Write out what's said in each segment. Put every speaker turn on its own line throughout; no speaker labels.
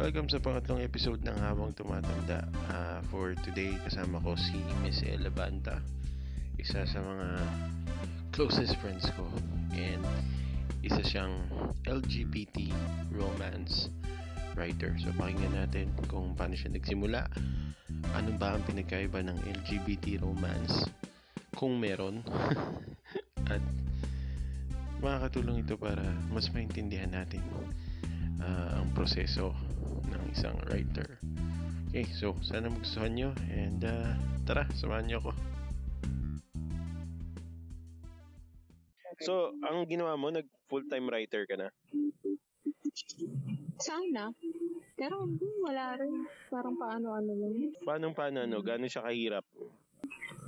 Welcome sa pangatlong episode ng Habang Tumatanda. Ah, for today, kasama ko si Miss Ella Banta, isa sa mga closest friends ko. And isa siyang LGBT romance writer. So pakinggan natin kung paano siya nagsimula, ano ba ang pinagkaiba ng LGBT romance, kung meron, at makakatulong ito para mas maintindihan natin ah, ang proseso ng isang writer. Okay, so sana magustuhan nyo and ah, tara, samahan nyo ako. So, ang ginawa mo, nag full-time writer ka na?
Sana. Pero hindi, wala rin. Parang paano-ano lang.
Paano paano ano? Gaano siya kahirap?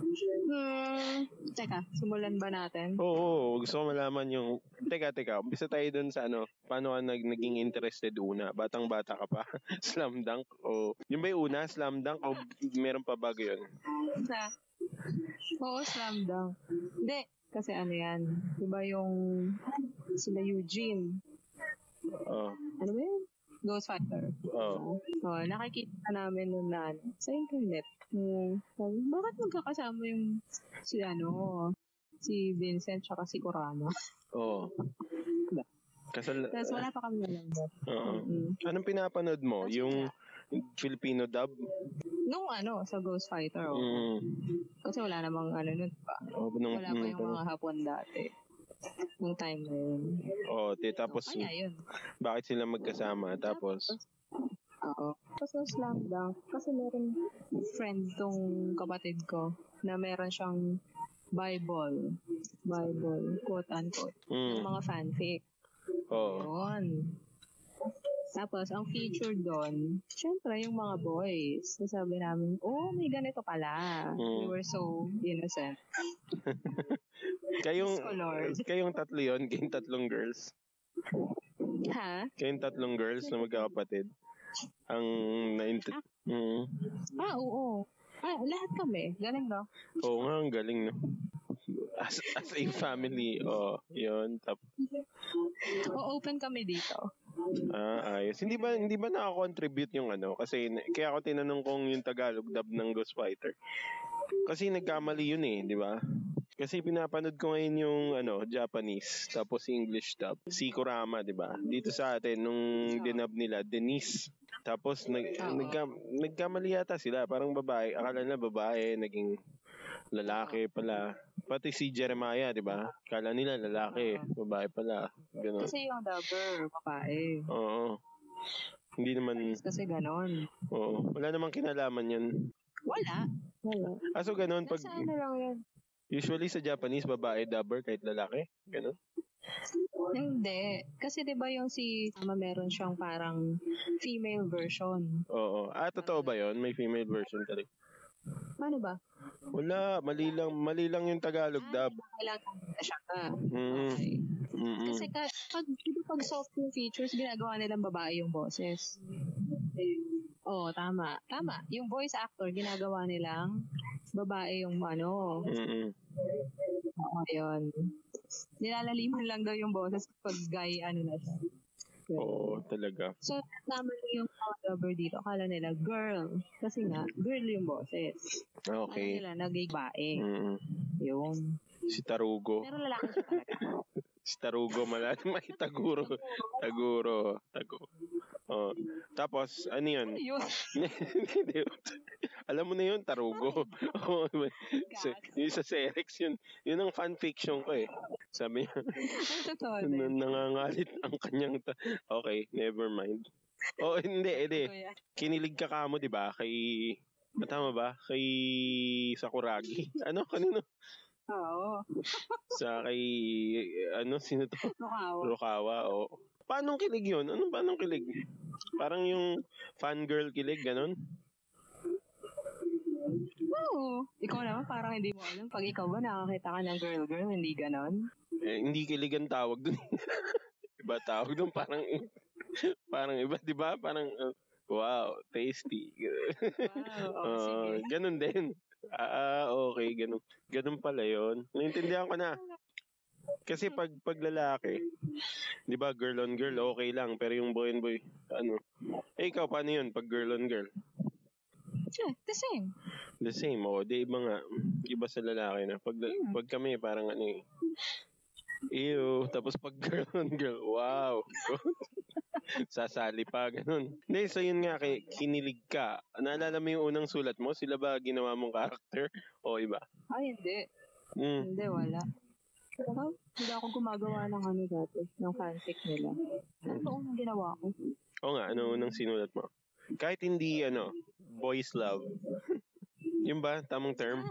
Hmm, teka, simulan ba natin?
Oo, oo, gusto ko malaman yung... Teka, teka. Umpisa tayo dun sa ano. Paano ka nag, naging interested una? Batang-bata ka pa? slam dunk? O... Yung ba yung una? Slam dunk? O meron pa bago yun?
Sa, oo, slam dunk. Hindi, kasi ano yan. Diba yung sila Eugene?
Oo.
Ano ba yun? Ghost Factor.
Oo.
Oo, nakikita namin nun na ano, sa internet. Hmm, sabi, bakit magkakasama yung si ano, si Vincent tsaka si Kurama?
Oo. Kasal...
Tapos wala pa kami alam ba?
Oo.
Mm.
Anong pinapanood mo? Yung Filipino dub?
Nung ano, sa Ghost Fighter, oo.
Mm.
Kasi wala namang ano nun pa.
Oh, nung,
Wala pa
nung-
yung mga hapon dati. Nung time na yun.
Oo, te, tapos
Kaya yun.
bakit sila magkasama? Tapos,
Oo. Tapos nung slam dunk, kasi meron friend tong kapatid ko na meron siyang Bible. Bible, quote-unquote. Yung
mm, Oh.
mga fanfic.
oo.
Yun. Tapos, ang feature doon, syempre, yung mga boys. Nasabi namin, oh, may ganito pala.
Mm.
We were so innocent.
Kayong,
Diyos ko, Lord.
kayong tatlo yun, kayong tatlong girls.
Ha?
Kayong tatlong girls na magkakapatid. Ang na mm,
Ah, oo. Ah, lahat kami. Galing, no?
Oo nga, ang galing, no? As, as a family, oh, yun. Tap,
O open kami dito.
ah, ayos. Hindi ba, hindi ba nakakontribute yung ano? Kasi, na- kaya ako tinanong kung yung Tagalog dub ng Ghost Fighter. Kasi nagkamali yun eh, di ba? Kasi pinapanood ko ngayon yung ano, Japanese, tapos English dub. Si Kurama, di ba? Dito sa atin, nung dinub nila, Denise. Tapos nag,
Oo.
nagka- nagkamali yata sila. Parang babae. Akala nila babae, naging lalaki pala. Pati si Jeremiah, di ba? Akala nila lalaki, babae pala. Ganun.
Kasi yung lover, babae.
Oo. Hindi naman,
Kasi ganon.
oo. Wala namang kinalaman yun.
Wala. Wala.
Aso ganun, pag
Nasa ano lang yun?
usually sa Japanese, babae dubber kahit lalaki. Ganun.
Hindi. Kasi di ba yung si Tama meron siyang parang female version.
Oo. Ah, totoo ba yun? May female version talaga.
Paano Ano ba? Ah,
Wala, mali lang, mali lang yung Tagalog dub.
Kailangan na siya ka.
Mm,
Okay.
mm, mm.
Kasi ka, pag, di ba pag soft yung features, ginagawa nilang babae yung boses. Oo, oh, tama. Tama. Yung voice actor, ginagawa nilang babae yung ano,
mm, mm.
Oo, yun. Nilalaliman lang daw yung boses pag guy, ano na siya.
Oo, talaga.
So, tama lang yung mga lover dito. Akala nila, girl. Kasi nga, girl yung boses. Akala
Ah, Okay.
nila, nagay bae.
Mm, mm.
Yun.
Si Tarugo.
Pero lalaki siya talaga.
Si Tarugo, malalim. May Taguro. Taguro. Tago. Oh. Tapos, ano yun?
yun.
Hindi. Alam mo na yun, Tarugo. Oo. Sa- yung sa Serex, yun. Yun ang fanfiction ko eh. Sabi niya,
Ang totoo
Ano na,
din.
nangangalit ang kanyang... Ta- okay, never mind. Oh, hindi, hindi.
Totoo yan.
Kinilig ka kamo, di ba? Kay... ah, Tama ba? Kay Sakuragi. Ano? Kanino?
Oo.
Sa kay... Ano? Sino to?
Mukhawa.
Rukawa, o. Paano kilig yun? Anong paano kilig? Parang yung fangirl kilig, ganun?
Oo. Ikaw naman, parang hindi mo alam. Pag ikaw ba nakakita ka ng girl-girl, hindi ganon.
Eh, hindi kilig ang tawag dun. iba tawag dun, parang... parang iba, di ba? Parang, uh, wow, tasty.
Wow. Oo, Oh, sige.
Ah, ganun din. Ah, ah, okay, ganun. Ganun pala yun. Naintindihan ko na. Kasi pag paglalaki, 'di ba, girl on girl okay lang, pero yung boy on boy, ano? Eh, ikaw, paano yun? Pag girl on girl?
Yeah, the same.
The same, oh. Di iba nga. Iba sa lalaki na. Pag,
Yeah.
pag kami, parang ano eh. Ew. Tapos pag girl on girl, wow. Sasali pa, ganun. Hindi, so yun nga, ki- kinilig ka. Naalala mo yung unang sulat mo? Sila ba ginawa mong character? O iba?
Ay, hindi.
Mm.
Hindi, wala. Pero, hindi ako gumagawa ng ano dati, ng fanfic nila. Ano ba unang ginawa ko?
Oo nga, ano unang sinulat mo? Kahit hindi, ano, boys love. yun ba? Tamang term?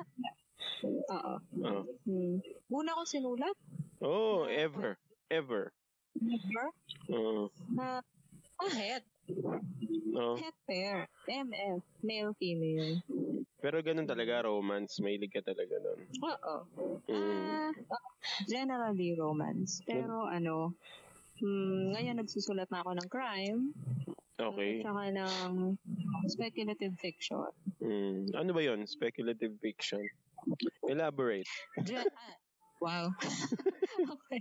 Ah.
Oo.
Oo.
Hmm. Una kong sinulat,
Oh, ever. Ever.
never,
Oo. Oh.
na oh, head,
Oo.
head pair, MF, male, female.
Pero ganun talaga, romance. Mahilig ka talaga nun.
Oo.
Mm.
Ah, generally romance. Pero ano, hmm, ngayon nagsusulat na ako ng crime.
Okay.
At saka ng speculative fiction.
Mm. Ano ba yon Speculative fiction. Elaborate.
Gen- ah, wow. okay.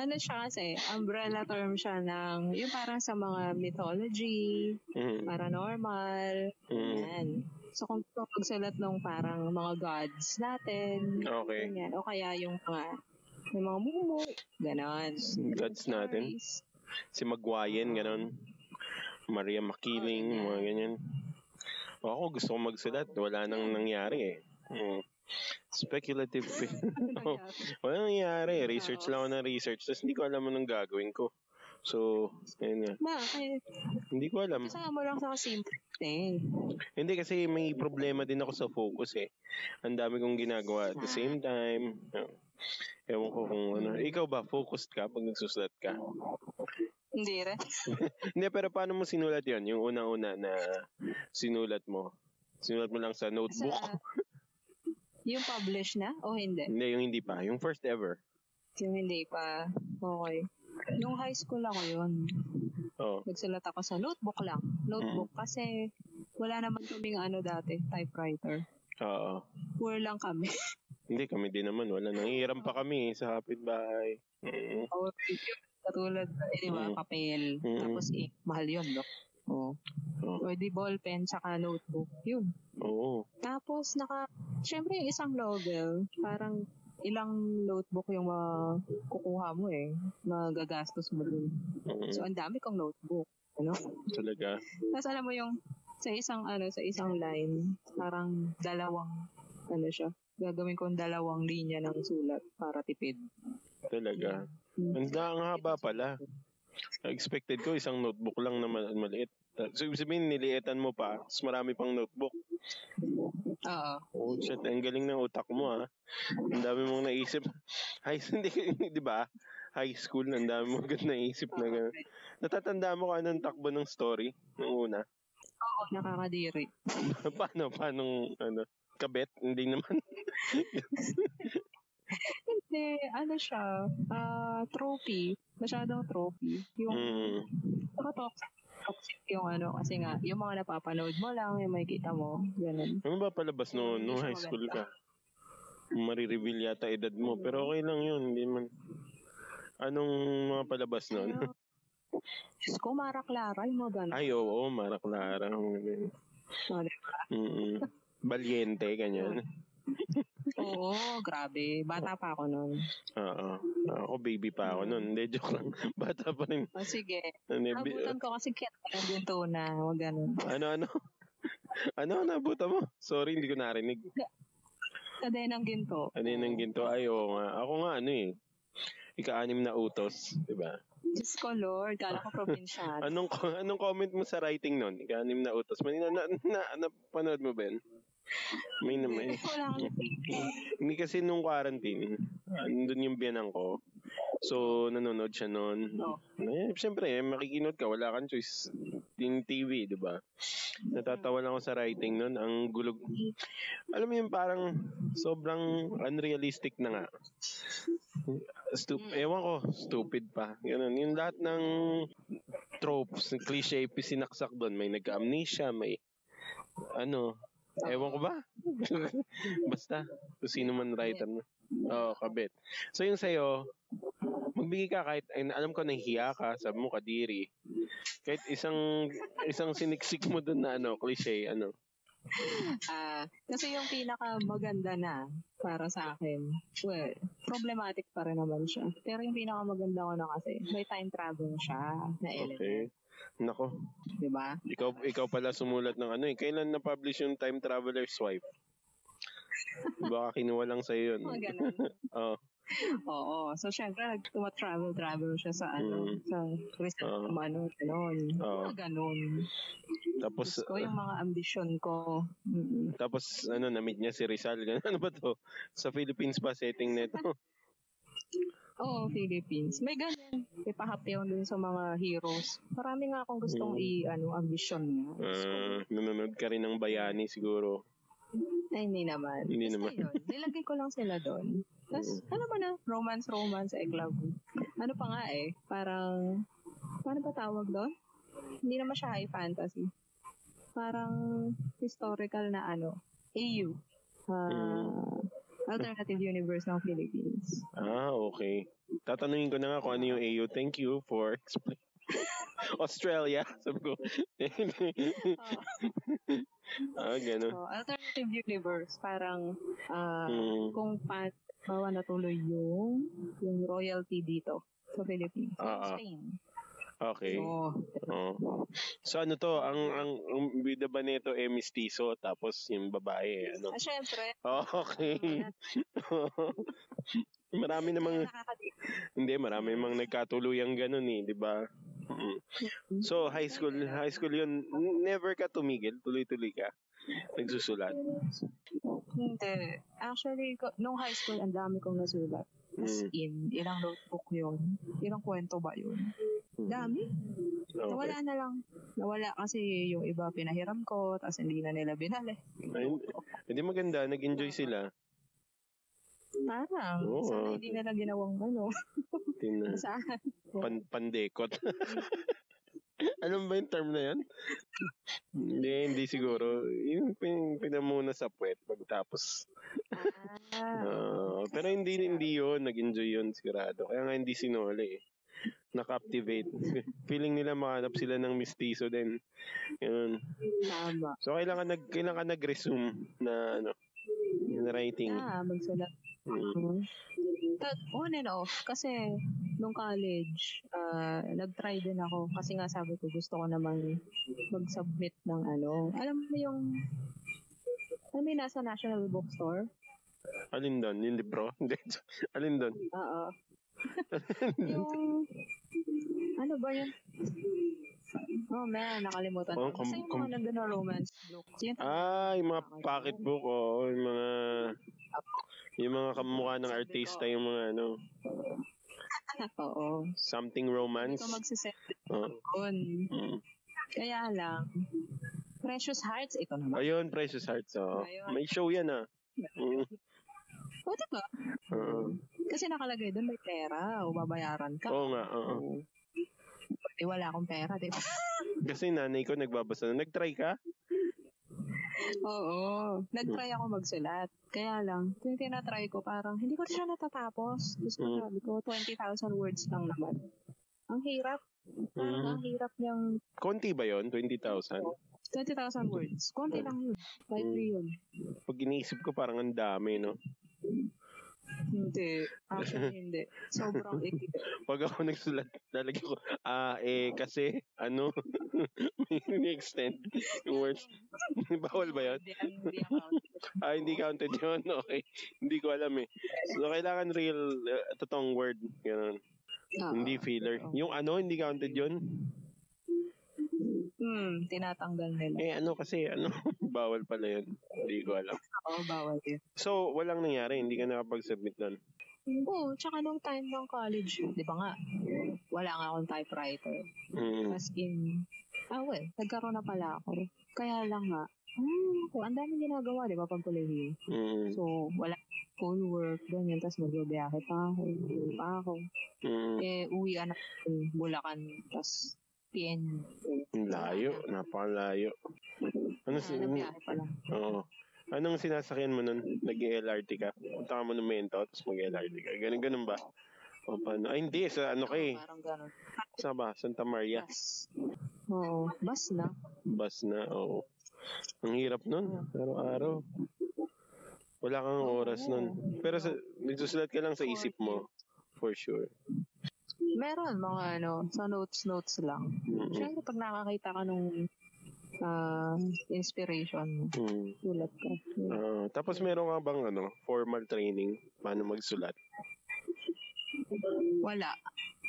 Ano siya kasi, umbrella term siya ng, yung parang sa mga mythology,
Mm.
paranormal,
Mm.
yan. So kung gusto kong magsulat ng parang mga gods natin,
Okay.
ganyan. O kaya yung mga, yung mga mumu, ganon.
Gods natin.
Stories.
Si Magwayen, ganun. Maria Makiling, mga ganyan. O ako gusto kong magsulat. Wala nang nangyari eh. Mm. Speculative fiction.
Ano ba yan?
Wala nang nangyari. Research lang ako ng research. Tapos hindi ko alam anong gagawin ko. So, ayun nga.
Bakit?
Hindi ko alam.
Kasama lang sa simple thing.
Hindi kasi may problema din ako sa focus eh. Ang dami kong ginagawa at the same time. oh, Ewan ko kung ano. Ikaw ba, focused ka pag nagsusulat ka?
Hindi rin.
Hindi, pero paano mo sinulat yon Yung unang-una na sinulat mo? Sinulat mo lang sa
Sa,
notebook?
yung publish na o hindi?
Hindi, yung hindi pa. Yung first ever.
Yung hindi pa. Okay. Nung high school ako yun,
Oh.
nagsulat ako sa notebook lang. Notebook
Mm.
kasi wala naman kaming ano dati, typewriter.
Oo.
Poor lang kami.
Hindi, kami din naman. Wala. Nangihiram pa kami eh, sa kapitbahay. Mm.
Or Oh, katulad, eh, di ba,
Mm.
papel.
Mm. Oh.
Tapos eh, mahal yun, no? Oo.
Oo.
Or di ballpen, tsaka notebook. Yun.
Oo.
Tapos, naka, syempre yung isang novel, parang ilang notebook yung makukuha mo eh. Magagastos mo dun.
Mm.
So, ang dami kong notebook. Ano?
Talaga.
Tapos alam mo yung sa isang ano, sa isang line, parang dalawang ano siya. Gagawin kong dalawang linya ng sulat para tipid.
Talaga. Ang ang haba pala. Expected ko isang notebook lang na ma- maliit. So, ibig sabihin, niliitan mo pa, tapos marami pang notebook.
Oo.
Oh, shit, ang galing ng utak mo, ha? Ang dami mong naisip. High hindi, di ba? High school, ang dami mong agad naisip na gano'n.
Oo,
Natatanda mo kung anong takbo ng story nung una?
nakakadiri.
paano, paano, ano, kabet? Hindi naman.
Hindi, ano siya, ah trophy. Masyadong trophy. Yung,
Mm,
saka toxic, toxic yung ano, kasi nga, yung mga napapanood mo lang, yung makikita mo, ganun.
ano ba palabas noon, nung high school ka? Marireveal yata edad mo. Pero okay lang yun, hindi man. Anong mga palabas noon?
Pero, Diyos ko, Mara Clara, yung mga ganun.
Ay, oo, oo maraklara. Mm
Ano,
Balyente, ganyan.
Oo, grabe. Bata pa ako nun.
Oo. Ako, baby pa ako nun. Hindi, joke lang. Bata pa rin.
O sige,
Ano, yung bi-
Abutan ko kasi kaya lang din to na wag ganun.
ano? Ano, ano nabuta mo? Sorry, hindi ko narinig.
Kaday ng ginto.
Ano yun ang ginto? Ay, oo nga. Ako nga, ano eh. Ika-anim na utos, di ba?
Diyos ko Lord, kala ko probinsyano.
Anong, co- anong comment mo sa writing nun? Ika-anim na utos. Manina, na, na, napanood mo ba yun? May, may,
Wala akong
Hindi kasi nung quarantine, ah, nandun yung biyanan ko. So, nanonood siya noon.
Oo.
Eh, Siyempre, eh, makikinod ka, wala kang choice. Yung TV, di ba? Natatawa lang ako sa writing noon. Ang gulog. Alam mo yung parang sobrang unrealistic na nga. Stup
Mm.
Ewan ko, stupid pa. Ganun. Yung lahat ng tropes, ng cliche, sinaksak doon. May nag-amnesia, may ano, ewan ko ba? Basta, kung sino man writer na. Oo, kabit. So yung sa'yo, magbigay ka kahit and alam ko nahihiya ka, sabi mo kadiri. Kahit isang isang siniksik mo dun na ano, cliche, ano.
Ah, kasi yung pinaka maganda na para sa akin, well, problematic pa rin naman siya. Pero yung pinaka maganda ko na kasi, may time travel siya na element,
Okay. Nako,
di ba?
ikaw ikaw pala sumulat ng ano eh. Kailan na-publish yung Time Traveler's Wife? Baka kinuha lang sa'yo yun.
Mga ganun.
Oo.
Oo. So, syempre, tumatravel-travel siya sa ano,
Mm. Ah.
sa research
Oo.
ng ano, ganun.
Oo.
Mga ganun.
Tapos,
Gusto ko yung mga ambisyon ko. Mm-mm.
Tapos ano, na-meet niya si Rizal. Ganun. Ano ba to? Sa Philippines pa setting na ito. Mm.
Oo, Philippines. May ganun. Ipahapyaw dun sa mga heroes. Marami nga akong gustong
Mm.
i, ano, ambisyon niya.
Ah, nanonood ka rin ng bayani siguro.
Ay, hindi naman.
Hindi
Basta
naman. Mm.
Yun, nilagay ko lang sila doon. Tapos, ano ba na? Romance, romance, egg love. Ano pa nga eh? Parang, paano ba tawag doon? Hindi naman siya high fantasy. Parang historical na ano, AU. Ah,
Mm.
Alternative Universe ng Philippines.
Ah, okay. Tatanungin ko na nga kung ano yung AU. Thank you for explain. Australia, sabi ko. ah, ganun.
So, alternative universe, parang ah,
Mm.
kung pa, bawa natuloy yung, yung royalty dito sa Philippines. Sa
Ah, ah.
Spain.
Okay.
So,
Oo. So ano to, ang ang, ang bida ba nito eh mistiso tapos yung babae ano.
ah, syempre,
Okay. Marami namang
nakakati-
Hindi, marami mang nagkatuluyang ganun eh, di ba? Mm. So, high school, high school yun, never ka tumigil, tuloy-tuloy ka. Nagsusulat.
Hindi. Actually, ko- nung high school, ang dami kong nasulat. As
Mm.
in, ilang notebook yun? Ilang kwento ba yun? Dami.
Hmm. Ah, Okay.
Nawala na lang. Nawala kasi yung iba pinahiram ko, tapos hindi na nila binali.
Ayun. Hindi maganda, nag-enjoy sila.
Parang,
Oo. ah. Hmm.
sana hindi nila ginawang ano.
Tin,
Saan?
pan, pandekot. Alam ba yung term na yan? hindi, hindi siguro. Yung pin, pinamuna sa puwet pagtapos.
Ah,
Ah, pero hindi, hindi yun, nag-enjoy yun sigurado. Kaya nga hindi sinole eh. Na-captivate. Feeling nila mahanap sila ng mistiso din. Yun.
tama.
So, kailangan nag kailangan nag-resume na ano, in writing.
Ah, magsulat.
Mm.
But on and off, kasi nung college, ah, nag-try din ako. Kasi nga sabi ko, gusto ko namang mag-submit ng ano. Alam mo yung, alam mo yung nasa National Bookstore?
Alin doon? Yung libro? Hindi. Alin doon?
Oo. yung, ano ba yun? Oh man, nakalimutan
Oh,
ko. Kasi
com-
yung
com-
mga nandun na romance books. Yung
Ah, yung mga pocketbook, oo. yung mga... Yung mga kamukha ng artista, yung mga ano,
tatak, oo.
something
Hindi
romance.
ko magsisend
Oo.
doon.
Mm.
Kaya lang, Precious Hearts, ito naman.
Ayun, Precious Hearts, oo.
Ayun.
May show yan, ah. Mm.
O, diba?
Oo.
Kasi nakalagay doon may pera o babayaran ka.
Oo nga, oo.
Eh, wala akong pera, di ba?
Kasi nanay ko nagbabasa na. Nag-try ka?
Oo. Nag-try ako magsulat. Kaya lang, yung tinatry ko, parang hindi ko siya natatapos. Tapos
Mm.
sabi ko, 20,000 words lang naman. Ang hirap. Parang
Mm.
ang hirap niyang
Konti ba yon 20,000?
20,000 words. Konti
Mm.
lang yun. Like
Mm.
free yun.
Pag iniisip ko parang ang dami, no?
Hindi. Actually, hindi. Sobrang itig.
Pag ako nagsulat, lalagyan ko, ah, eh, kasi, ano, may extend yung words. Bawal ba yun?
Hindi, hindi account.
Ah, hindi counted yun. Okay. Hindi ko alam eh. So, kailangan real, uh, totoong word. Ganun.
Oo.
Hindi filler. Yung ano, hindi counted yun.
Hmm, tinatanggal nila.
Eh, ano kasi, ano, bawal pala yun. Hindi ko alam.
Oo, bawal yun.
So, walang nangyari. Hindi ka nakapag-submit nun.
Oo, tsaka nung time ng college, di ba nga, wala nga akong typewriter.
Mm.
As in, ah well, nagkaroon na pala ako. Kaya lang nga, hmm, ako, ang daming ginagawa, di ba, pag kolehiyo.
Mm.
So, wala school work, ganyan, tapos magbabiyahe pa ako, uwi pa ako.
Mm.
Eh, uwi anak Bulacan, tapas PN.
Ang Layo. Napakalayo. Ano si...
Ah, nagbiyahe pala.
Oo. Anong sinasakyan mo nun? Nag-LRT ka? Punta ka monumento, tapos mag-LRT ka. Ganun, ganun ba? O paano? Ay, hindi. Sa ano kay?
Parang ganun.
Sa ba? Santa Maria.
Yes.
Oo, bus na.
Bus na. Oo. Ang hirap nun. Araw-araw. Wala kang oras nun. Pero sa, nagsusulat ka lang sa isip mo. For sure.
Meron mga ano, sa notes-notes lang.
Mm-mm.
Siyempre, pag nakakita ka nung ah, inspiration mo,
Mm.
sulat ka.
Ah, tapos meron ka bang ano, formal training? Paano magsulat?
Wala.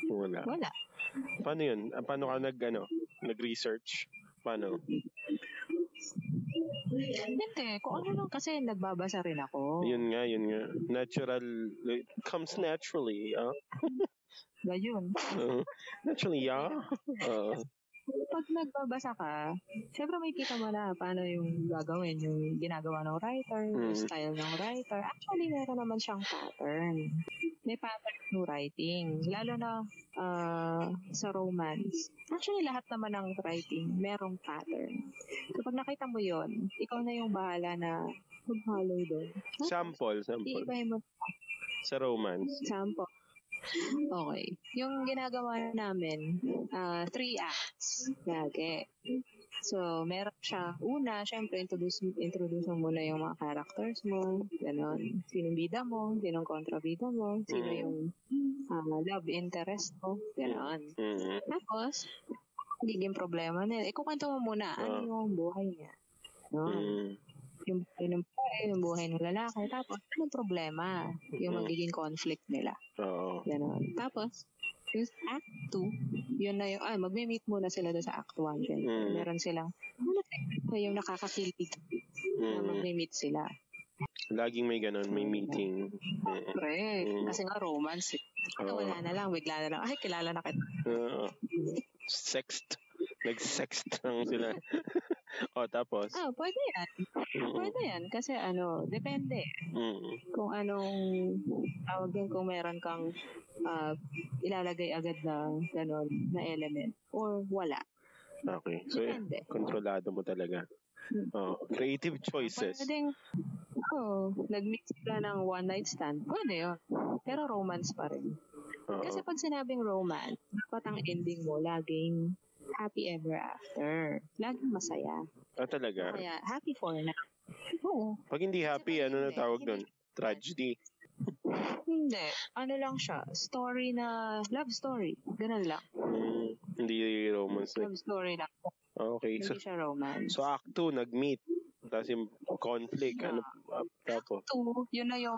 Wala.
Wala.
Paano yun? Ah, Paano ka nag, ano, nag-research? Paano?
Hindi, kung ano lang kasi nagbabasa rin ako.
Yun nga, yun nga. Natural, it comes naturally, ah.
Ngayon,
Oo. naturally, yeah. Oo.
pag nagbabasa ka, syempre may kita mo na paano yung gagawin, yung ginagawa ng writer, yung
Mm.
style ng writer. Actually, meron naman siyang pattern. May pattern ng writing. Lalo na ah, sa romance. Actually, lahat naman ng writing, merong pattern. So, pag nakita mo yon ikaw na yung bahala na mag-follow doon.
sample, sample.
Iibahin mo
Sa romance.
Sample. Okay. Yung ginagawa namin, ah, three acts. Lagi. So, meron siya. Una, syempre, introduce, introduce mo muna yung mga characters mo. Ganon. Sinong bida mo, sinong kontrabida mo, sino
Mm.
yung ah, love interest mo. Ganon.
Mm.
Tapos, magiging problema nila. Ikukwento mo muna, ano
Ah.
yung buhay niya. No?
Mm.
Yung buhay ng babae, yung buhay ng lalaki. Tapos, anong problema? Yung
Mm.
magiging conflict nila.
Oo.
Ganon. Tapos, yung act 2, yun na yung, ah, magme-meet muna sila doon sa act 1. Yun.
Mm.
Meron silang, ano na yung nakakakilig na
Mm.
magme-meet sila.
Laging may ganun, may meeting. Mm.
Pre,
Mm.
Hmm. kasi nga romance. Eh.
Oo.
Wala na lang, bigla na lang, ay, kilala na kita.
Oo. Uh, Sext. Nag-sext lang sila. o, tapos.
Ah, pwede yan.
Hmm.
Pwede yan. Kasi ano, depende.
Mm.
Kung anong tawag yun, kung meron kang ah, ilalagay agad na ganon na element. Or wala.
Okay. So,
Depende.
kontrolado mo talaga. Oh, creative
Ah,
choices.
Pwedeng, oh, nag-meet sila ng one night stand, pwede yun. Pero romance pa rin.
Oo.
Kasi pag sinabing romance, dapat ang ending mo laging happy ever after. Laging masaya.
Ah, talaga.
Kaya happy for na. Oo.
Pag hindi happy,
pag
ano na
hindi,
tawag
hindi.
doon? Tragedy.
Hindi. Ano lang siya. Story na, love story. Ganun lang.
Mm, hindi romance.
Love story lang.
Okay. So,
Hindi siya romance.
so act 2, nag-meet. Tapos yung conflict. Ano, ah, tapos.
Two, yun na yung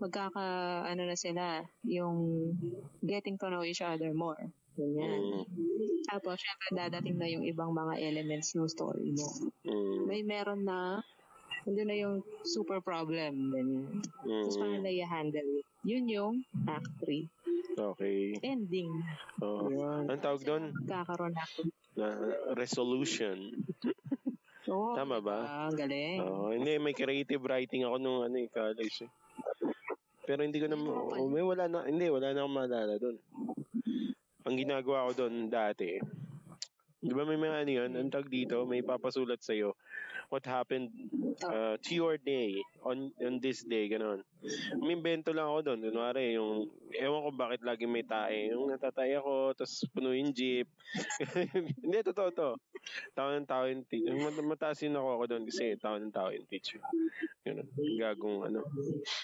magkaka, ano na sila, yung getting to know each other more. Ganyan.
Mm,
Tapos, syempre, dadating na yung ibang mga elements ng story mo.
mm,
May meron na, nandun na yung super problem, ganyan. Tapos,
mm,
paano na i-handle it? Yun yung act 3.
okay.
Ending.
Oh.
Yun.
Anong tawag doon?
Kakaroon na.
Na- resolution.
Oo,
Tama ba?
Ah, ang galing.
Oo, hindi, may creative writing ako nung ano, eh, college. eh. Pero hindi ko na, oh, may wala na, hindi, wala na akong maalala doon. Ang ginagawa ko doon dati, di ba may mga ano yun, ang tag dito, may papasulat sa'yo, what happened uh, to your day, on, on this day, ganon. Umimbento lang ako doon, kunwari, yung, ewan ko bakit lagi may tae, yung natatay ako, tapos puno yung jeep. hindi, totoo to. Tao ng tao yung teacher. Mat- mataas yung nakuha ko doon kasi tao ng tao yung teacher. Yun, gagong ano.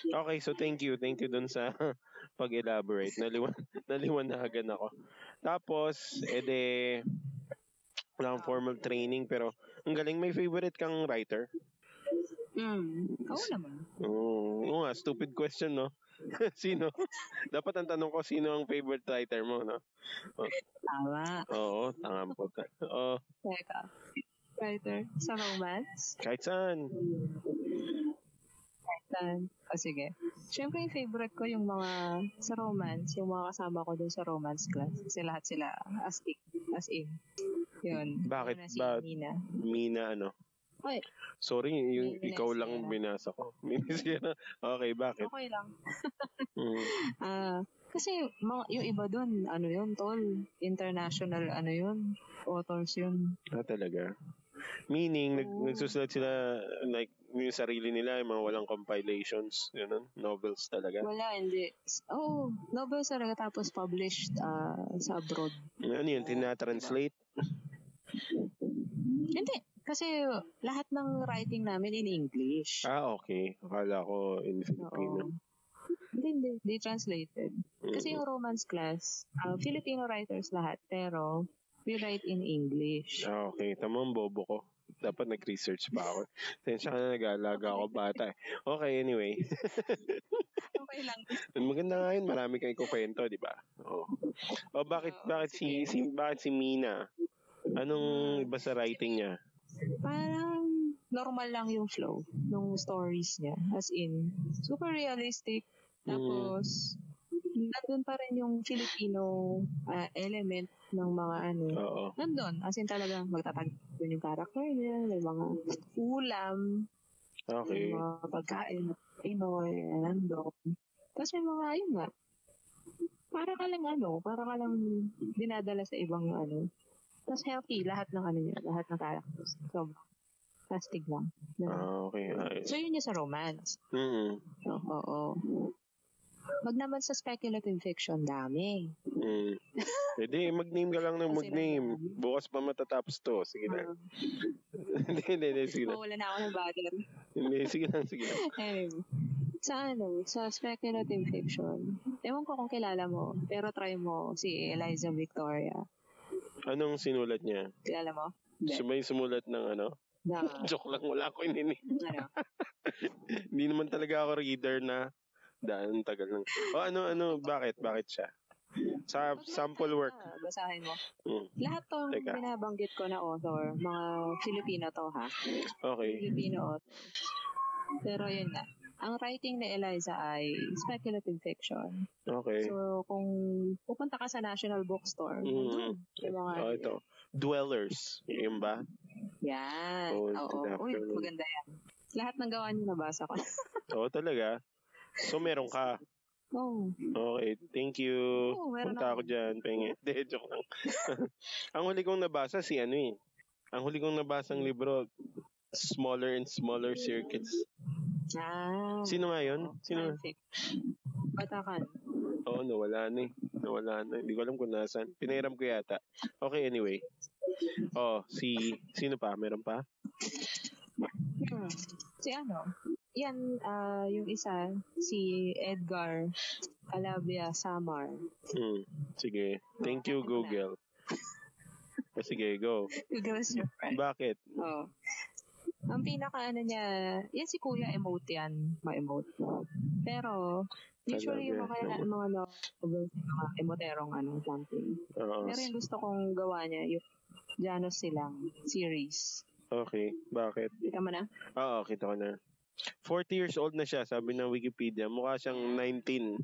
Okay, so thank you. Thank you doon sa pag-elaborate. Naliwan, naliwanagan ako. Tapos, ede, wala akong formal training pero ang galing may favorite kang writer.
Mm. Oo naman.
Oo, oo nga, stupid question, no? sino? Dapat ang tanong ko, sino ang favorite writer mo, no?
Tama.
Oo, tanga po. Oo,
Teka. Writer. Sa romance.
kahit saan.
Tan. O sige. Siyempre, yung favorite ko yung mga sa romance, yung mga kasama ko dun sa romance class. Kasi lahat sila as in. As in. Yun.
Bakit
Una si
ba-
Nina.
Mina, ano?
Oy,
Sorry, yung
May
ikaw
minasira.
lang binasa ko. Minisira. Okay, bakit?
okay lang.
Mm.
Ah, kasi mga, yung iba dun, ano yun, tol, international, ano yun, authors yun.
Ah, talaga. Meaning, nag,
Oh.
nagsusulat sila like yung sarili nila, yung mga walang compilations, yun, novels talaga.
Wala, hindi. Oh, novel talaga tapos published ah, sa abroad.
Ano yun, tinatranslate?
Hindi. Kasi lahat ng writing namin in English.
Ah, okay. Akala ko in Filipino.
Oo. Hindi, hindi. They translated. Kasi
Mm.
yung romance class, ah, Filipino writers lahat, pero we write in English.
Ah, okay. Tamang bobo ko. Dapat nag-research pa ako. Tensya ka na nag-aalaga ako bata. eh. Okay, anyway.
Okay lang.
Maganda nga yun. Marami kang kukwento, di ba? Oo. O bakit,
Oo,
bakit, si, si, bakit si Mina?
Hmm.
Anong iba sa writing niya?
Parang normal lang yung flow ng stories niya. As in, super realistic. Tapos, nandun pa rin yung Filipino ah, element ng mga ano.
Oo.
Nandun. As in talagang magtatag dun yung character niya. May mga ulam.
Okay.
Yung
Mm.
mga pagkain na Pinoy, nandun. Tapos may mga, yun nga, para ka lang ano, para ka lang dinadala sa ibang ano. Tapos healthy, lahat ng ano niya, lahat ng characters. So, plastic lang. Ganun.
Ah, okay. Ayos.
So, yun yung sa romance.
Mm-mm.
Oo. oo. Pag naman sa speculative fiction, dami.
Mm. Eh, di, mag-name ka lang ng
Kasi
mag-name. Bukas pa matatapos to. Sige na.
Uh,
Hindi, hindi, hindi, sige na.
Oh, wala na ako ng battery.
Hindi, sige na, sige na.
Anyway, sa ano, sa speculative fiction, ewan ko kung kilala mo, pero try mo si Eliza Victoria.
Anong sinulat niya?
Kilala mo?
So, may sumulat ng ano?
Na,
Joke lang, wala ko inini.
ano,
Hindi naman talaga ako reader na daan tagal lang. O ano, ano, bakit? Bakit siya? Sa sample work.
Ah, basahin mo.
Mm.
Lahat tong
Teka.
binabanggit ko na author, mga Filipino to ha.
Okay.
Filipino author. Pero yun na. Ang writing ni Eliza ay speculative fiction.
Okay.
So, kung pupunta ka sa National Bookstore,
Mm.
nandun, yung mga...
O, Oh, ito. Dwellers. Yun ba?
Yan.
Oh,
Oo.
good
Uy,
afternoon.
maganda yan. Lahat ng gawa niyo nabasa ko.
Oo, talaga. So, meron ka.
Oo.
Okay, thank you.
Oo, Oh, meron
Oh, Punta ako
ako.
dyan, penge. Hindi, joke lang. ang huli kong nabasa si ano eh. Ang huli kong nabasang libro, Smaller and Smaller Circuits.
Ah.
Sino nga yun? Sino?
Fanfic. Batakan.
Oo, nawala na eh. Nawala na. Hindi ko alam kung nasan. Pinairam ko yata. Okay, anyway. Oh, si... Sino pa? Meron pa?
Hmm. Si ano? Yan, ah, yung isa, si Edgar Calabia Samar.
Hmm. Sige. Thank you, Google. O sige, go.
Girls your friend.
Bakit?
Oo. Oh. Ang pinaka ano niya, yan si Kuya emote yan, ma-emote. Pero, usually yung
Calabria
mga, mga novels, mga emoterong ano, something.
Oo.
Pero yung gusto kong gawa niya, yung Janos Silang series.
Okay. Bakit?
Kita mo na?
Oo, Ah, kita ko na. 40 years old na siya, sabi ng Wikipedia. Mukha siyang 19.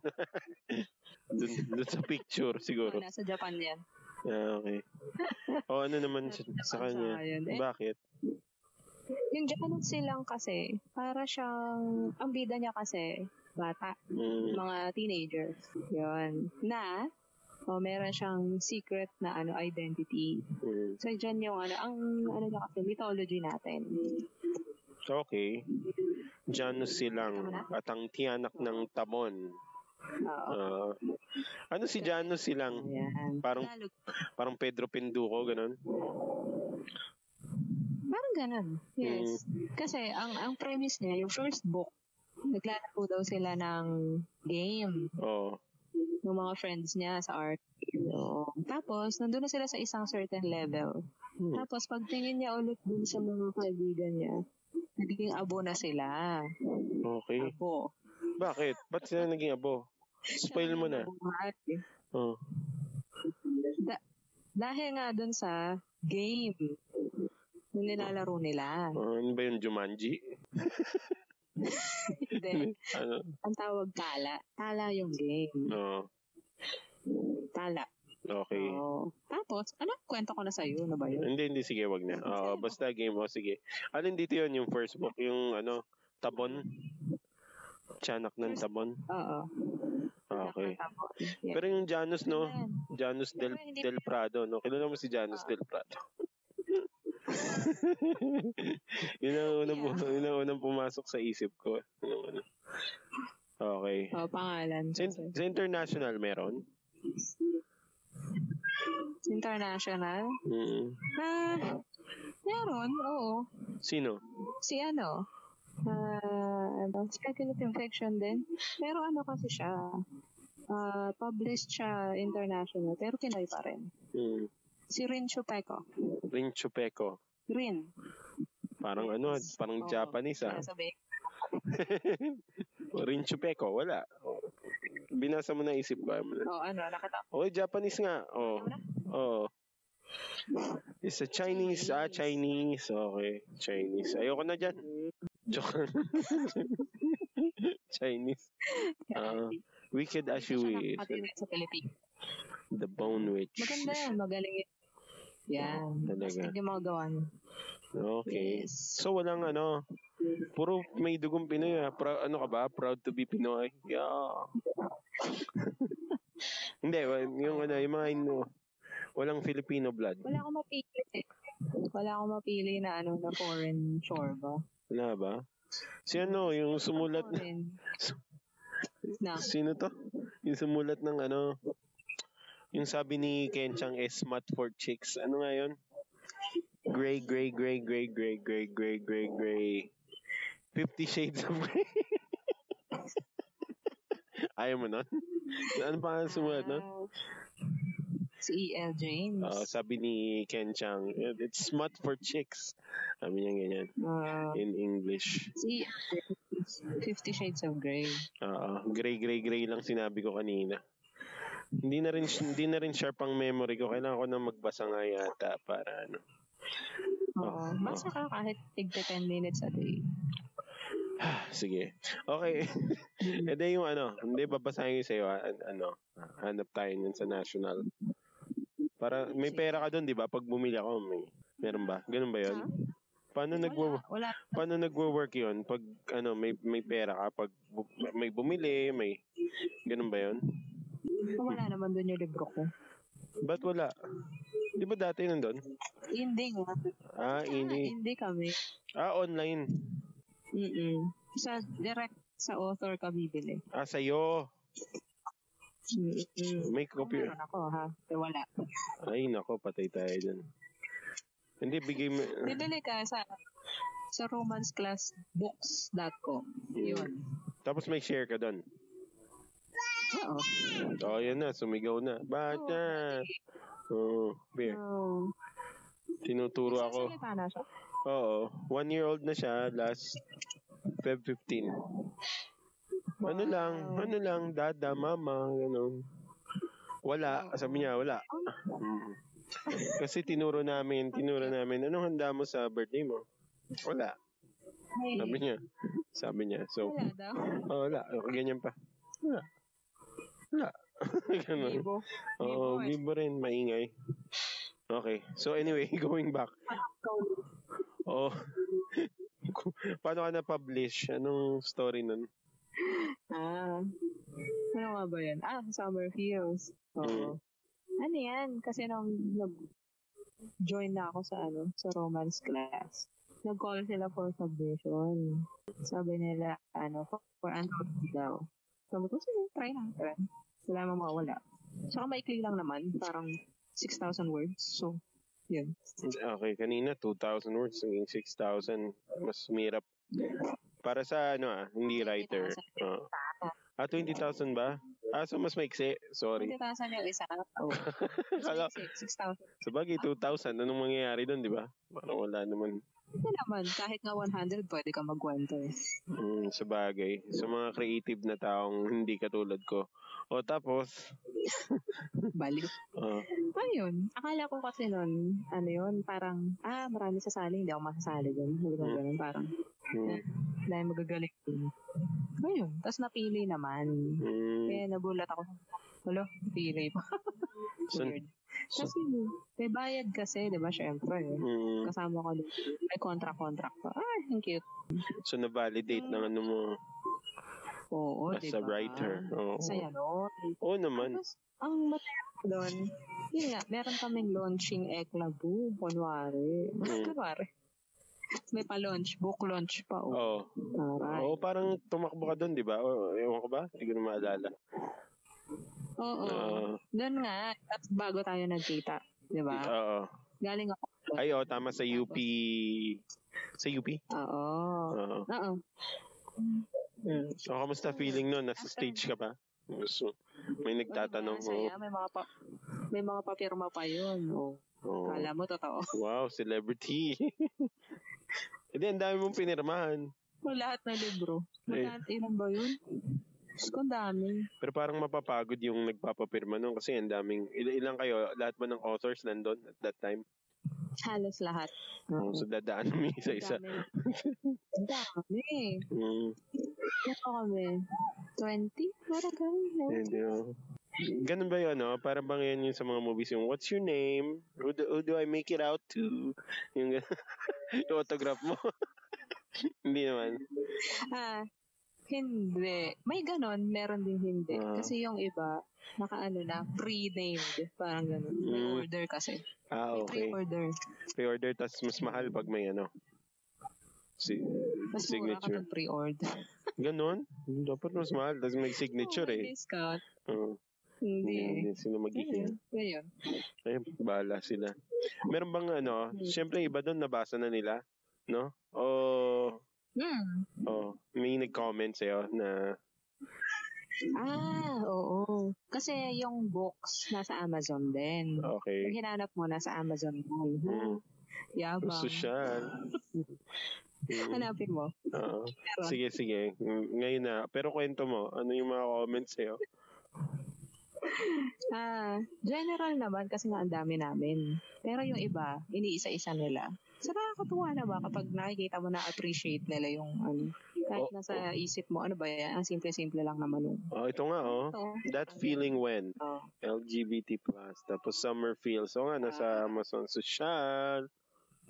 dun, dun sa picture, siguro.
Oo, Nasa Japan yan.
Ah, okay. O, ano naman sa, sa kanya?
Yun. Eh,
Bakit?
yung Janet Silang kasi, para siyang, ang bida niya kasi, bata,
Mm,
mga teenagers. Yun. Na, o meron siyang secret na ano identity.
mm.
So, dyan yung ano, ang ano niya kasi, mythology natin.
Okay. Janus Silang at ang tiyanak ng Tamon.
Oo.
Ah, ano si Janus Silang?
Ayan.
Parang-
Tagalog.
Parang Pedro Pinduko, ganun?
Parang ganun. Yes. Kasi ang ang premise niya, yung first book, naglalaro daw sila ng game
Oo.
ng mga friends niya sa art. Oo. Tapos, nandun na sila sa isang certain level.
Hmm.
Tapos, pagtingin niya ulit dun sa mga kaibigan niya, nagiging abo na sila.
Okay.
Abo.
Bakit? Ba't sila naging abo? Spoil mo na. Oh.
Abuhat eh.
Oo.
Da- dahil nga dun sa game na nilalaro nila.
Ah, ano ba yung Jumanji?
Hindi.
Ano? Oh.
Ang tawag tala. Tala yung game.
Oo.
Tala.
Okay.
Oo. Tapos, ano? Kwento ko na sa'yo. Ano ba yun?
Hindi, hindi. Sige, wag na. Oo,
Sige.
basta game. O, sige. Alin dito yun? Yung first book? Yung ano? Tabon? Tiyanak ng Tabon?
Oo.
Ah, Okay.
Nakatapos. Yeah.
Pero yung Janus, no?
Yan.
Janus Del,
Pero hindi-
Del Prado, no? Kilala mo si Janus
Ah.
Del Prado? yun ang unang,
Yeah.
pu- yun ang unang pumasok sa isip ko. Yun ang una. Okay.
Oh, pangalan.
Sa, in- sa international, meron?
International.
Mm.
Ah, meron, oo.
Sino?
si ano, uh, speculative infection din. Pero ano kasi siya, ah, published siya international, pero Pinoy pa rin.
Mm.
Si Rin Chupeco.
Ring Chupeco.
Rin.
Parang ano, parang
Oo.
Japanese ah.
Sabi,
Ring Chupeco, wala. Binasa mo na isip ko.
oh, ano, nakata
Oh, Japanese nga. Oh. Oh. It's a Chinese. Ah, Chinese. Okay. Chinese. Ayoko na dyan. Joke. lang. Chinese. Ah, wicked as you wish.
sa Pilipinas.
The Bone Witch.
Maganda yan, magaling yan. Yan.
Talaga.
Basta yung mga gawa niya.
Okay.
Yes.
So, walang ano. Puro may dugong Pinoy. ah. Prou- ano ka ba? Proud to be Pinoy. Yeah. Hindi. wa- Yung ano, yung mga ino. Walang Filipino blood.
Wala akong mapili eh. Wala akong mapili na ano, na foreign shorba.
Wala ba? Si ano, yung sumulat na
Foreign. Snack.
Sino to? Yung sumulat ng ano, yung sabi ni Kenchang S. Mat for Chicks. Ano nga yun? Gray, gray, gray, gray, gray, gray, gray, gray, gray. Fifty Shades of Grey. Ayaw mo nun? Ano pa ang sumulat nun?
Ah, Si E.L. James.
Ah, sabi ni Kenchang, it's smut for chicks. Sabi niya ganyan.
Ah,
In English.
si E Fifty Shades of Grey.
Oo, Ah, gray gray gray lang sinabi ko kanina. Hindi na rin hindi na rin sharp ang memory ko. Kailangan ko na magbasa nga yata para ano.
Oo. Basta ka kahit tigta 10 minutes a day.
Sige. Okay. Ede yung ano, hindi babasahin ko sa'yo ah, an- ano. Hanap tayo nun sa national. Para may pera ka doon, 'di ba? Pag bumili ako, may meron ba? Ganun ba 'yon?
Ha?
Paano
Wala,
nagwo
wala.
paano nagwo-work 'yon pag ano, may may pera ka pag bu- may bumili, may ganun ba 'yon?
Wala naman dun yung libro ko.
Ba't wala? 'Di ba dati nandun?
Hindi nga. eh.
Ah, ini.
Hindi kami.
Ah, online.
Mm-mm. Sa direct sa author ka bibili.
Ah, sa'yo.
Mm-mm.
May
Kung
copy.
meron ako ha. Eh, Wala.
Ay, nako, patay tayo dyan. Hindi, bigay mo. ah,
Bibili ka sa sa romanceclassbooks.com. Yun.
Tapos may share ka doon.
Oo.
Oh, yan na. Sumigaw na. Bata. Oo. beer.
Oh.
Tinuturo ako.
Nagsasalita na siya.
Oo. One year old na siya. Last Feb 15. Ano lang. Ano lang. Dada, mama. Ganun. Wala. Sabi niya, wala. Mm. Kasi tinuro namin, tinuro namin, anong handa mo sa birthday mo? Wala.
Ay,
Sabi niya. Sabi niya. So,
Wala daw.
oh, wala. O, Ganyan pa. Wala. Wala. Ganun.
Libo.
Ano? Oo,
Libo eh.
libo rin. Maingay. Okay. So, anyway, going back. Oo. Paano ka na-publish? Anong story nun?
Ah. Ano nga ba yan? Ah, Summer Fields. Oo. Ano yan? Kasi nung nag-join na ako sa ano, sa romance class, nag-call sila for submission. Sabi nila, ano, for, for anthology daw. Sabi ko, sige, try natin. Wala namang mawawala. Saka maikli lang naman, parang 6,000 words. So, yun.
Okay, kanina 2,000 words naging 6,000. Mas mirap. Para sa ano ah, hindi writer. Oo. Ah, 20,000 ba? Ah, so mas maiksi. Sorry.
20,000 yung isa. Oh.
Kala-
6,000.
Sa bagay, 2,000. Anong mangyayari doon, di ba? Parang wala naman.
Hindi naman, kahit nga 100, pwede ka magkwento eh.
Mm, sa bagay. Sa mga creative na taong hindi katulad ko. O tapos,
Balik.
ah,
Ayun, ano akala ko kasi nun, ano yun, parang, ah, marami sasali, hindi ako masasali dun. Hindi ka
Hmm.
ganun, parang,
mm,
dahil magagaling dun. Ayun, tapos napili naman.
mm,
Kaya nagulat ako. Wala, napili pa.
San-
Weird.
san-
Kasi, may bayad kasi, di ba, syempre. eh.
mm,
Kasama ko dun. May contract-contract pa. Ah, ang cute.
so, na-validate ng ano mo
Oo,
as
di
a
ba?
writer. Oo.
Oh, diba? Saya nun.
Oo naman.
Tapos, ang matayang doon, yun nga, meron kaming launching Eklabu, kunwari.
Mm.
Kunwari. May pa-launch, book launch pa. Oh.
Oo.
Taray.
Oo, parang tumakbo ka doon, di ba? O, ewan ko ba? Hindi ko na maalala.
Oo.
Oo.
Doon nga, tapos bago tayo nagkita. Di ba?
Oo.
Galing ako.
Ay, oo, tama sa UP. Sa UP?
Oo.
Oo.
Oo.
So, kamusta feeling nun? Nasa stage ka pa? Gusto. May nagtatanong.
Ano ba,
Oo.
masaya? may mga pa, may mga papirma pa yun. Oh.
Oo.
Kala mo totoo.
Wow, celebrity. Hindi, ang dami mong pinirmahan.
Mo lahat na libro.
Eh.
Lahat ilan ba yun? Diyos ko, ang dami.
Pero parang mapapagod yung nagpapapirma nun kasi ang daming, il- ilang kayo, lahat ba ng authors nandun at that time?
Halos lahat. Hmm.
Oo, So, dadaan mo yung isa-isa.
Dami. Dami.
Mm.
Ano kami? 20? Parang ganun.
Hindi, oo. Ganun ba yun, no? Parang ba ngayon yun sa mga movies yung, what's your name? Who do, who do I make it out to? Yung, gan- yung autograph mo. Hindi naman.
Ah, hindi. May ganon, meron din hindi.
Ah.
Kasi yung iba, nakaano na, pre-named. Parang ganon. May
Mm.
order kasi.
Ah,
May
okay.
pre-order.
Pre-order, tas mas mahal pag may ano. Si,
Mas mura
signature.
kapag pre-order.
Ganon? Dapat mas
Mm.
mahal. Tapos may signature
Oh, may
eh.
discount.
Oo.
Hindi.
Hindi. Sino magiging.
Ayun. Ayun.
Ay, bahala sila. Meron bang ano?
Hmm.
Siyempre, iba doon nabasa na nila. No? O,
Hmm.
oh, may nag-comment sa'yo na,
Ah, oo. Kasi yung books nasa Amazon din.
Oh.
Pag
okay.
hinanap mo, nasa Amazon din.
Hmm.
Yabang.
Social. Hmm.
Hanapin mo.
Oo.
Meron.
Sige, sige. Mm, Ngayon na. Pero kwento mo, ano yung mga comments sa'yo?
Ah, general naman kasi nga ang dami namin. Pero yung iba, iniisa-isa nila. So nakakatuwa na ba kapag nakikita mo na-appreciate nila yung ano, kahit
Oo.
nasa isip mo, ano ba yan, ang simple-simple lang naman yung
Oh, ito nga, oh.
ito.
That feeling when?
Oh.
LGBT+. Tapos summer feels. So nga, nasa Amazon Social.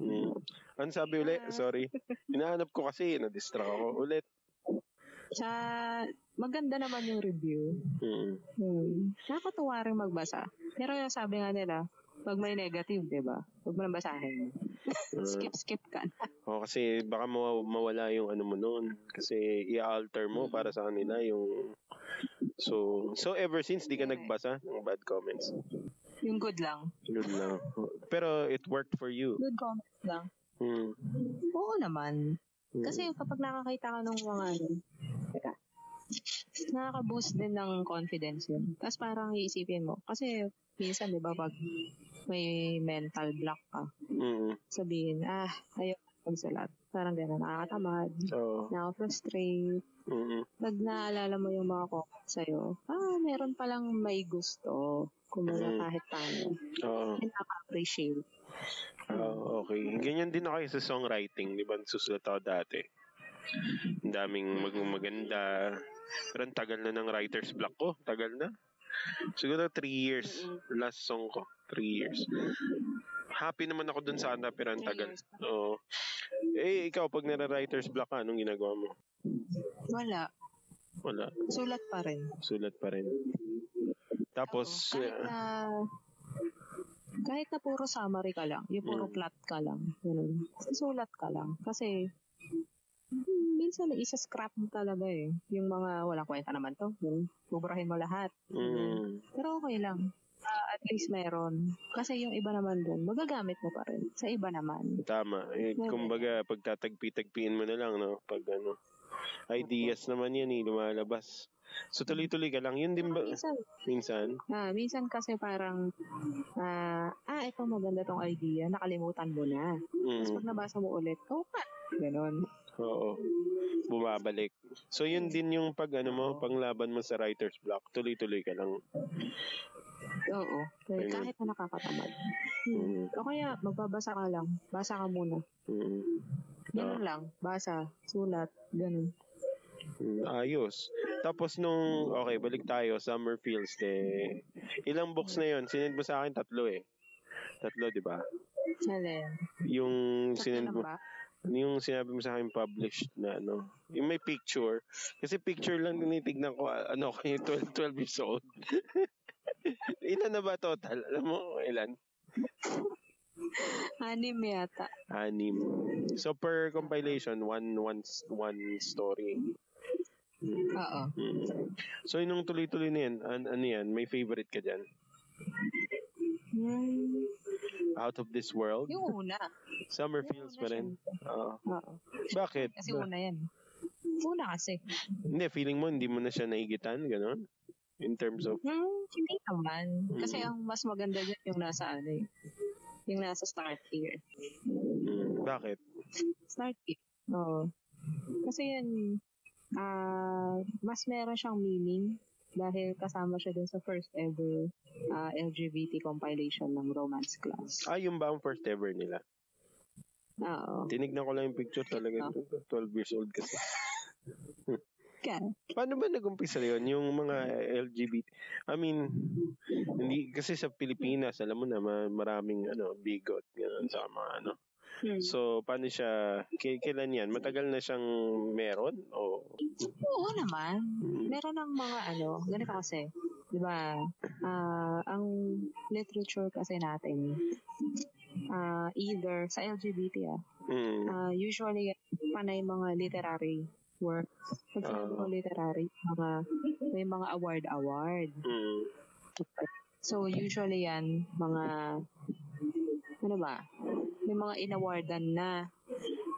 Hmm. Ano sabi ulit?
Ah.
Sorry. Hinahanap ko kasi. Na-distract ako ulit.
Sa, maganda naman yung review.
Hmm.
Hmm. Nakakatuwa rin magbasa. Pero yung sabi nga nila, pag may negative, di ba? Huwag mo nang basahin.
Ah.
Skip-skip ka.
Oo, kasi baka maw- mawala yung ano mo noon. Kasi i-alter mo para sa kanila yung... So, so ever since, di ka
Correct.
nagbasa ng bad comments.
Yung good lang.
Yun lang. Pero it worked for you.
Good comments lang.
Hmm.
Oo naman.
Hmm.
Kasi kapag nakakita ka ng mga ano, teka, nakaka-boost din ng confidence yun. Tapos parang iisipin mo. Kasi minsan, di ba, pag may mental block ka,
Mm.
sabihin, ah, ayaw magsulat. Parang gano'n, nakakatamad,
Oo.
nakaka-frustrate.
Mm.
Pag naalala mo yung mga comments sa'yo, ah, meron palang may gusto. Kumbaga
Mm.
kahit paano.
Oo.
Nakaka-appreciate.
Oo, okay. Ganyan din ako sa songwriting, di ba? Nagsusulat ako dati. Ang daming mag maganda. Pero ang tagal na ng writer's block ko. Tagal na. Siguro 3 years. Last song ko. 3 years. Happy naman ako dun sana, pero ang tagal. Oo. Eh, ikaw, pag nara-writer's block ka, anong ginagawa mo?
Wala.
Wala.
Sulat pa rin.
Sulat pa rin. Tapos, eh,
Oo, kahit na kahit na puro summary ka lang, yung puro
Mm.
plot ka lang, ganun. Susulat ka lang kasi mm, minsan isa scrap mo talaga eh. Yung mga walang kwenta naman to. Yung buburahin mo lahat.
eh, mm,
Pero okay lang. Ah, at least meron. Kasi yung iba naman dun, magagamit mo pa rin. Sa iba naman.
Tama. Eh,
Mm.
kumbaga, pagtatagpi-tagpiin mo na lang, no? Pag ano, ideas naman yan, eh, lumalabas. So, tuloy-tuloy ka lang. Yun din ba,
Minsan,
minsan?
ah, minsan kasi parang, ah, ah, ito maganda tong idea, nakalimutan mo na. Tapos
Mm,
pag nabasa mo ulit, oh, pa! Ganon.
oo. Bumabalik. So, yun din yung pag, ano mo, panglaban mo sa writer's block. Tuloy-tuloy ka lang.
Oo. Kaya
Ayun.
kahit na nakakatamad. Hmm.
Mm,
O kaya, magbabasa ka lang. Basa ka muna.
mm,
Ganun lang. Basa, sulat, ganun.
mm, ayos. Tapos nung, okay, balik tayo, Summer Feels Day. Ilang books na yun? Sinend mo sa akin tatlo eh. Tatlo, di ba?
Alin.
Yung sinend
Sakto
mo,
lang ba?
Yung sinabi mo sa akin published na ano, yung may picture. Kasi picture lang tinitignan ko, ah, ano, kayo 12, 12 years old. Ilan na ba total? Alam mo, kung ilan?
Anim yata.
Anim. So, per compilation, one, one, s- one story.
Oo.
Mm. So, yung tuloy-tuloy na yan, an- ano yan, may favorite ka dyan?
Hmm.
Out of this world?
Yung una.
Summer
Yung
feels
una
pa rin.
syempre.
Oo.
Oo.
Bakit?
Kasi una yan. Una kasi.
Hindi, feeling mo hindi mo na siya nahigitan, gano'n? In terms of,
Hmm, hindi naman. Kasi
Mm.
ang mas maganda dyan yung nasa ano eh. Yung nasa start here.
mm, bakit?
Start here. Oo. Kasi yan, ah mas meron siyang meaning dahil kasama siya dun sa first ever ah, LGBT compilation ng romance class.
Ah, yun ba ang first ever nila?
Oo.
Tinignan ko lang yung picture talaga. 12 years old kasi.
Ka.
Paano ba nag-umpisa yun? Yung mga LGBT? I mean, hindi, kasi sa Pilipinas, alam mo na, ma- maraming ano, bigot, gano'n, sa mga ano.
Hmm.
So, paano siya, k- kailan yan? Matagal na siyang meron? O,
Oo naman.
mm,
meron ng mga ano, ganito kasi, di ba, ah, ang literature kasi natin, ah, either sa LGBT ah,
mm,
ah, usually panay mga literary work. Pag sinabi ko
Oo.
literary, mga, may mga award-award.
mm,
So usually yan, mga, ano ba, may mga inawardan na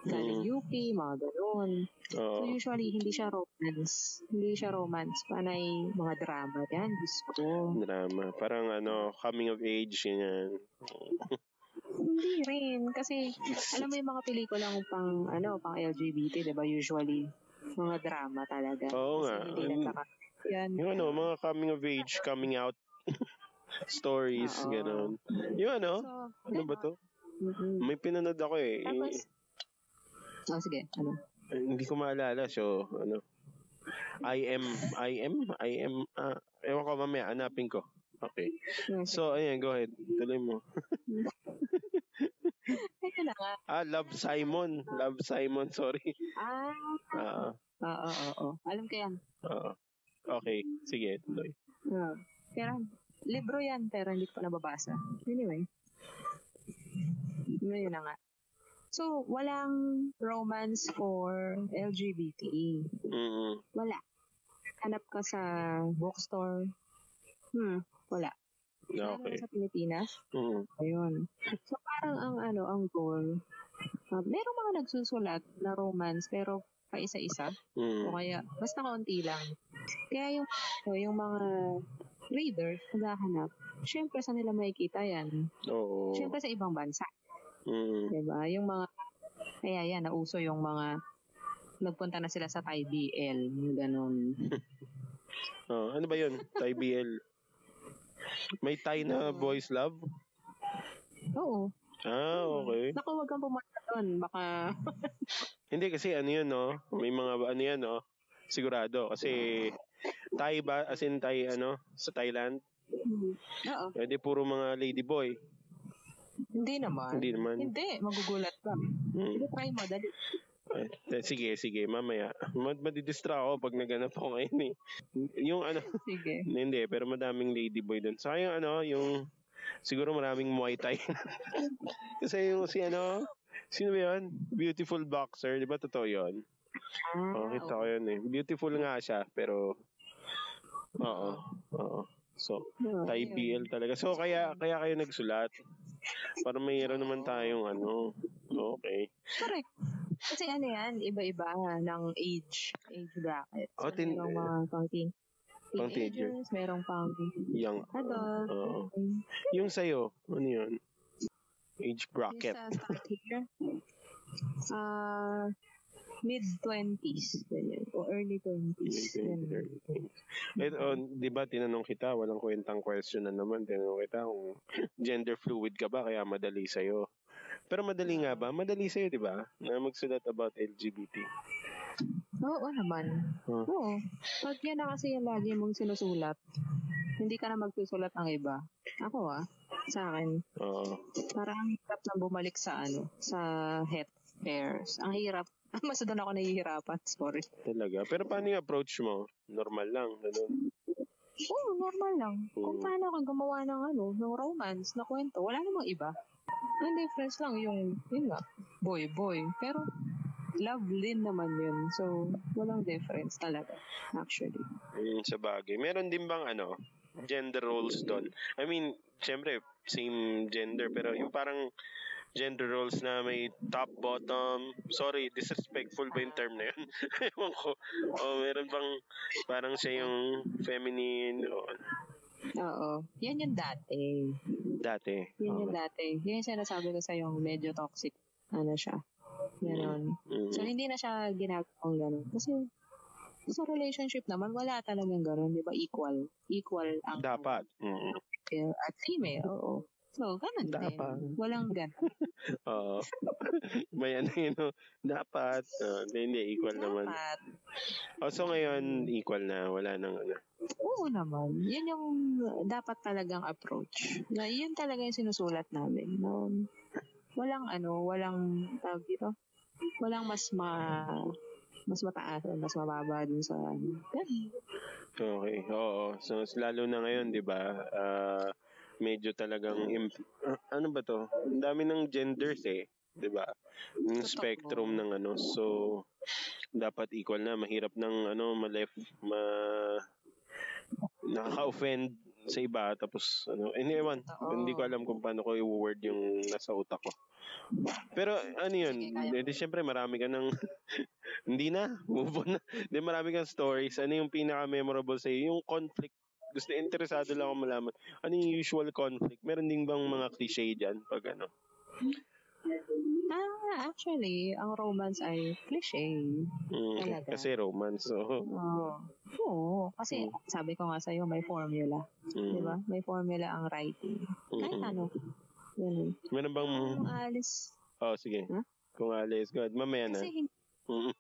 galing
Mm.
UP, mga ganun.
oo.
So usually, hindi siya romance. Hindi siya romance. Panay mga drama yan. Gusto ko.
drama. Parang ano, coming of age, ganyan.
Hindi rin. Kasi, alam mo yung mga pelikulang pang, ano, pang LGBT, di ba? Usually, mga drama talaga.
Oo
Kasi
nga. Ano?
Hindi
Ang-
nagkaka... Yan.
Yung ano, mga coming of age, coming out stories,
Oo.
gano'n. Yung ano,
So,
ano ba to?
mm
May pinanood ako eh.
Tapos, oh, sige. Ano?
Eh, hindi ko maalala. So, ano, I am, I am, I am, ah, ewan ko mamaya, hanapin ko. Okay.
Yung-
So, ayan, go ahead. Tuloy mo.
Teka lang ah.
Ah, Love Simon. Love Simon, sorry.
Ah,
Ah,
oo, oo, oo. Alam ko yan.
oo. okay. Sige, tuloy.
Oo. Pero, libro yan, pero hindi ko pa nababasa. Anyway. Yun na nga. So, walang romance for LGBT.
Mm-mm.
Wala. Hanap ka sa bookstore. Hmm, wala. Lalo na
Ah, Okay.
Sa Pilipinas.
Mm.
Ayun. So, parang ang ano, ang goal. Uh, merong mga nagsusulat na romance, pero pa isa-isa.
Mm.
O kaya, basta konti lang. Kaya yung, so, yung mga readers, naghahanap, syempre sa nila makikita yan.
Oo.
Syempre sa ibang bansa,
Mm.
'di ba? Yung mga, kaya yan, nauso yung mga, nagpunta na sila sa Thai BL, yung ganun.
Oh, ano ba yun? Thai BL. May Thai na
Oo.
boys love?
Oo.
Ah, okay.
Naku, huwag kang pumunta doon. Baka,
Hindi kasi ano yun, no? May mga ano yan, no? Sigurado. Kasi Thai ba? As in Thai, ano? Sa Thailand?
oo,
Pwede puro mga lady boy.
hindi naman.
Hindi naman.
Hindi, magugulat ka.
Mm.
Try mo, dali.
Eh, Sige, sige. Mamaya. Mad madidistra ako pag naganap ako ngayon, eh. Yung ano,
Sige.
hindi, pero madaming lady boy dun. Saka yung ano, yung siguro maraming Muay Thai. Kasi yung si ano, sino ba yun? Beautiful Boxer, di ba totoo yun?
Ah,
Oh, kita ko
oo.
yun eh. Beautiful nga siya, pero oo, oo. So,
Oo,
Thai
ayun.
BL talaga. So, kaya kaya kayo nagsulat. Para mayroon naman tayong ano. Okay.
Correct. Kasi ano yan, iba-iba ng age, age bracket.
Oh, tin-
merong mga pang teen,
Pang teenager.
teenagers, merong pang
Young.
adult.
Oo.
Yung
Yung sa'yo, ano yun? Age bracket.
sa start here, ah, mid-twenties, ganyan, o early twenties. ganyan.
Ito, oh, di ba, tinanong kita, walang kwentang question na naman, tinanong kita kung gender fluid ka ba, kaya madali sa'yo. Pero madali nga ba? Madali sa'yo, di ba? Na magsulat about LGBT.
Oo naman.
Oh.
Oo. Pag yan na kasi yung lagi mong sinusulat, hindi ka na magsusulat ang iba. Ako ah, sa akin,
Oo.
Parang ang hirap na bumalik sa ano, sa het pairs. Ang hirap. Mas doon ako nahihirapan, sorry.
Talaga. Pero paano yung approach mo? Normal lang, ganun.
Oo, normal lang. Kung paano ka gumawa ng ano, ng romance na kwento, wala namang iba. Ang difference lang yung, yun nga, boy-boy. Pero, love din naman yun. So, walang difference talaga, actually.
Mm, sa bagay. Meron din bang ano, gender roles doon? I mean, syempre, same gender, pero yung parang gender roles na may top, bottom. Sorry, disrespectful ba yung term na yun? Ewan ko. O meron bang parang siya yung feminine o ano?
Oo. Yan yung dati.
dati.
Yan yung
Okay.
dati. Yan yung sinasabi ko sa'yo, medyo toxic. Ano siya. Ganon.
Mm.
So, hindi na siya ginagawang ganon. Kasi, sa relationship naman, wala talagang ganon. Di ba? Equal. Equal ang
Dapat. Mm.
male at female. Oo. So, ganon
Dapat.
din. Walang ganon.
Oo. may ano yun, no? Dapat. Oo, hindi, hindi, equal naman.
Dapat.
O, Oh, so ngayon, equal na. Wala nang ano.
Oo naman. Yan yung dapat talagang approach. Na yun talaga yung sinusulat namin. Na walang ano, walang tawag dito. Walang mas ma mas mataas o mas mababa dun sa ano. Ganun.
Okay. Oo. So, s- lalo na ngayon, di ba? Ah, medyo talagang... Imp- ah, ano ba to? Ang dami ng genders eh. Di ba? Yung
Totoo.
spectrum ng ano. So, dapat equal na. Mahirap ng ano, malef... Ma... Nakaka-offend sa iba. Tapos, ano. Hindi, ewan.
Totoo.
Hindi ko alam kung paano ko i-word yung nasa utak ko. Pero, ano yun?
Sige, kaya mo.
Eh, di syempre, marami ka ng... hindi na. Move on na. Di marami kang stories. Ano yung pinaka-memorable sa'yo? Yung conflict. Gusto, interesado lang ako malaman. Ano yung usual conflict? Meron din bang mga cliche dyan? Pag ano?
Ah, actually, ang romance ay cliche.
Mm,
Talaga?
kasi romance. So,
Oo. Oo. Kasi
Hmm.
sabi ko nga sa'yo, may formula.
mm,
Di ba? May formula ang writing.
mm,
Diba? Kahit
mm.
ano. Ganun.
Meron bang...
Kung alis.
Oh, sige.
Huh?
Kung alis. God, mamaya na.
Kasi hindi
Mm,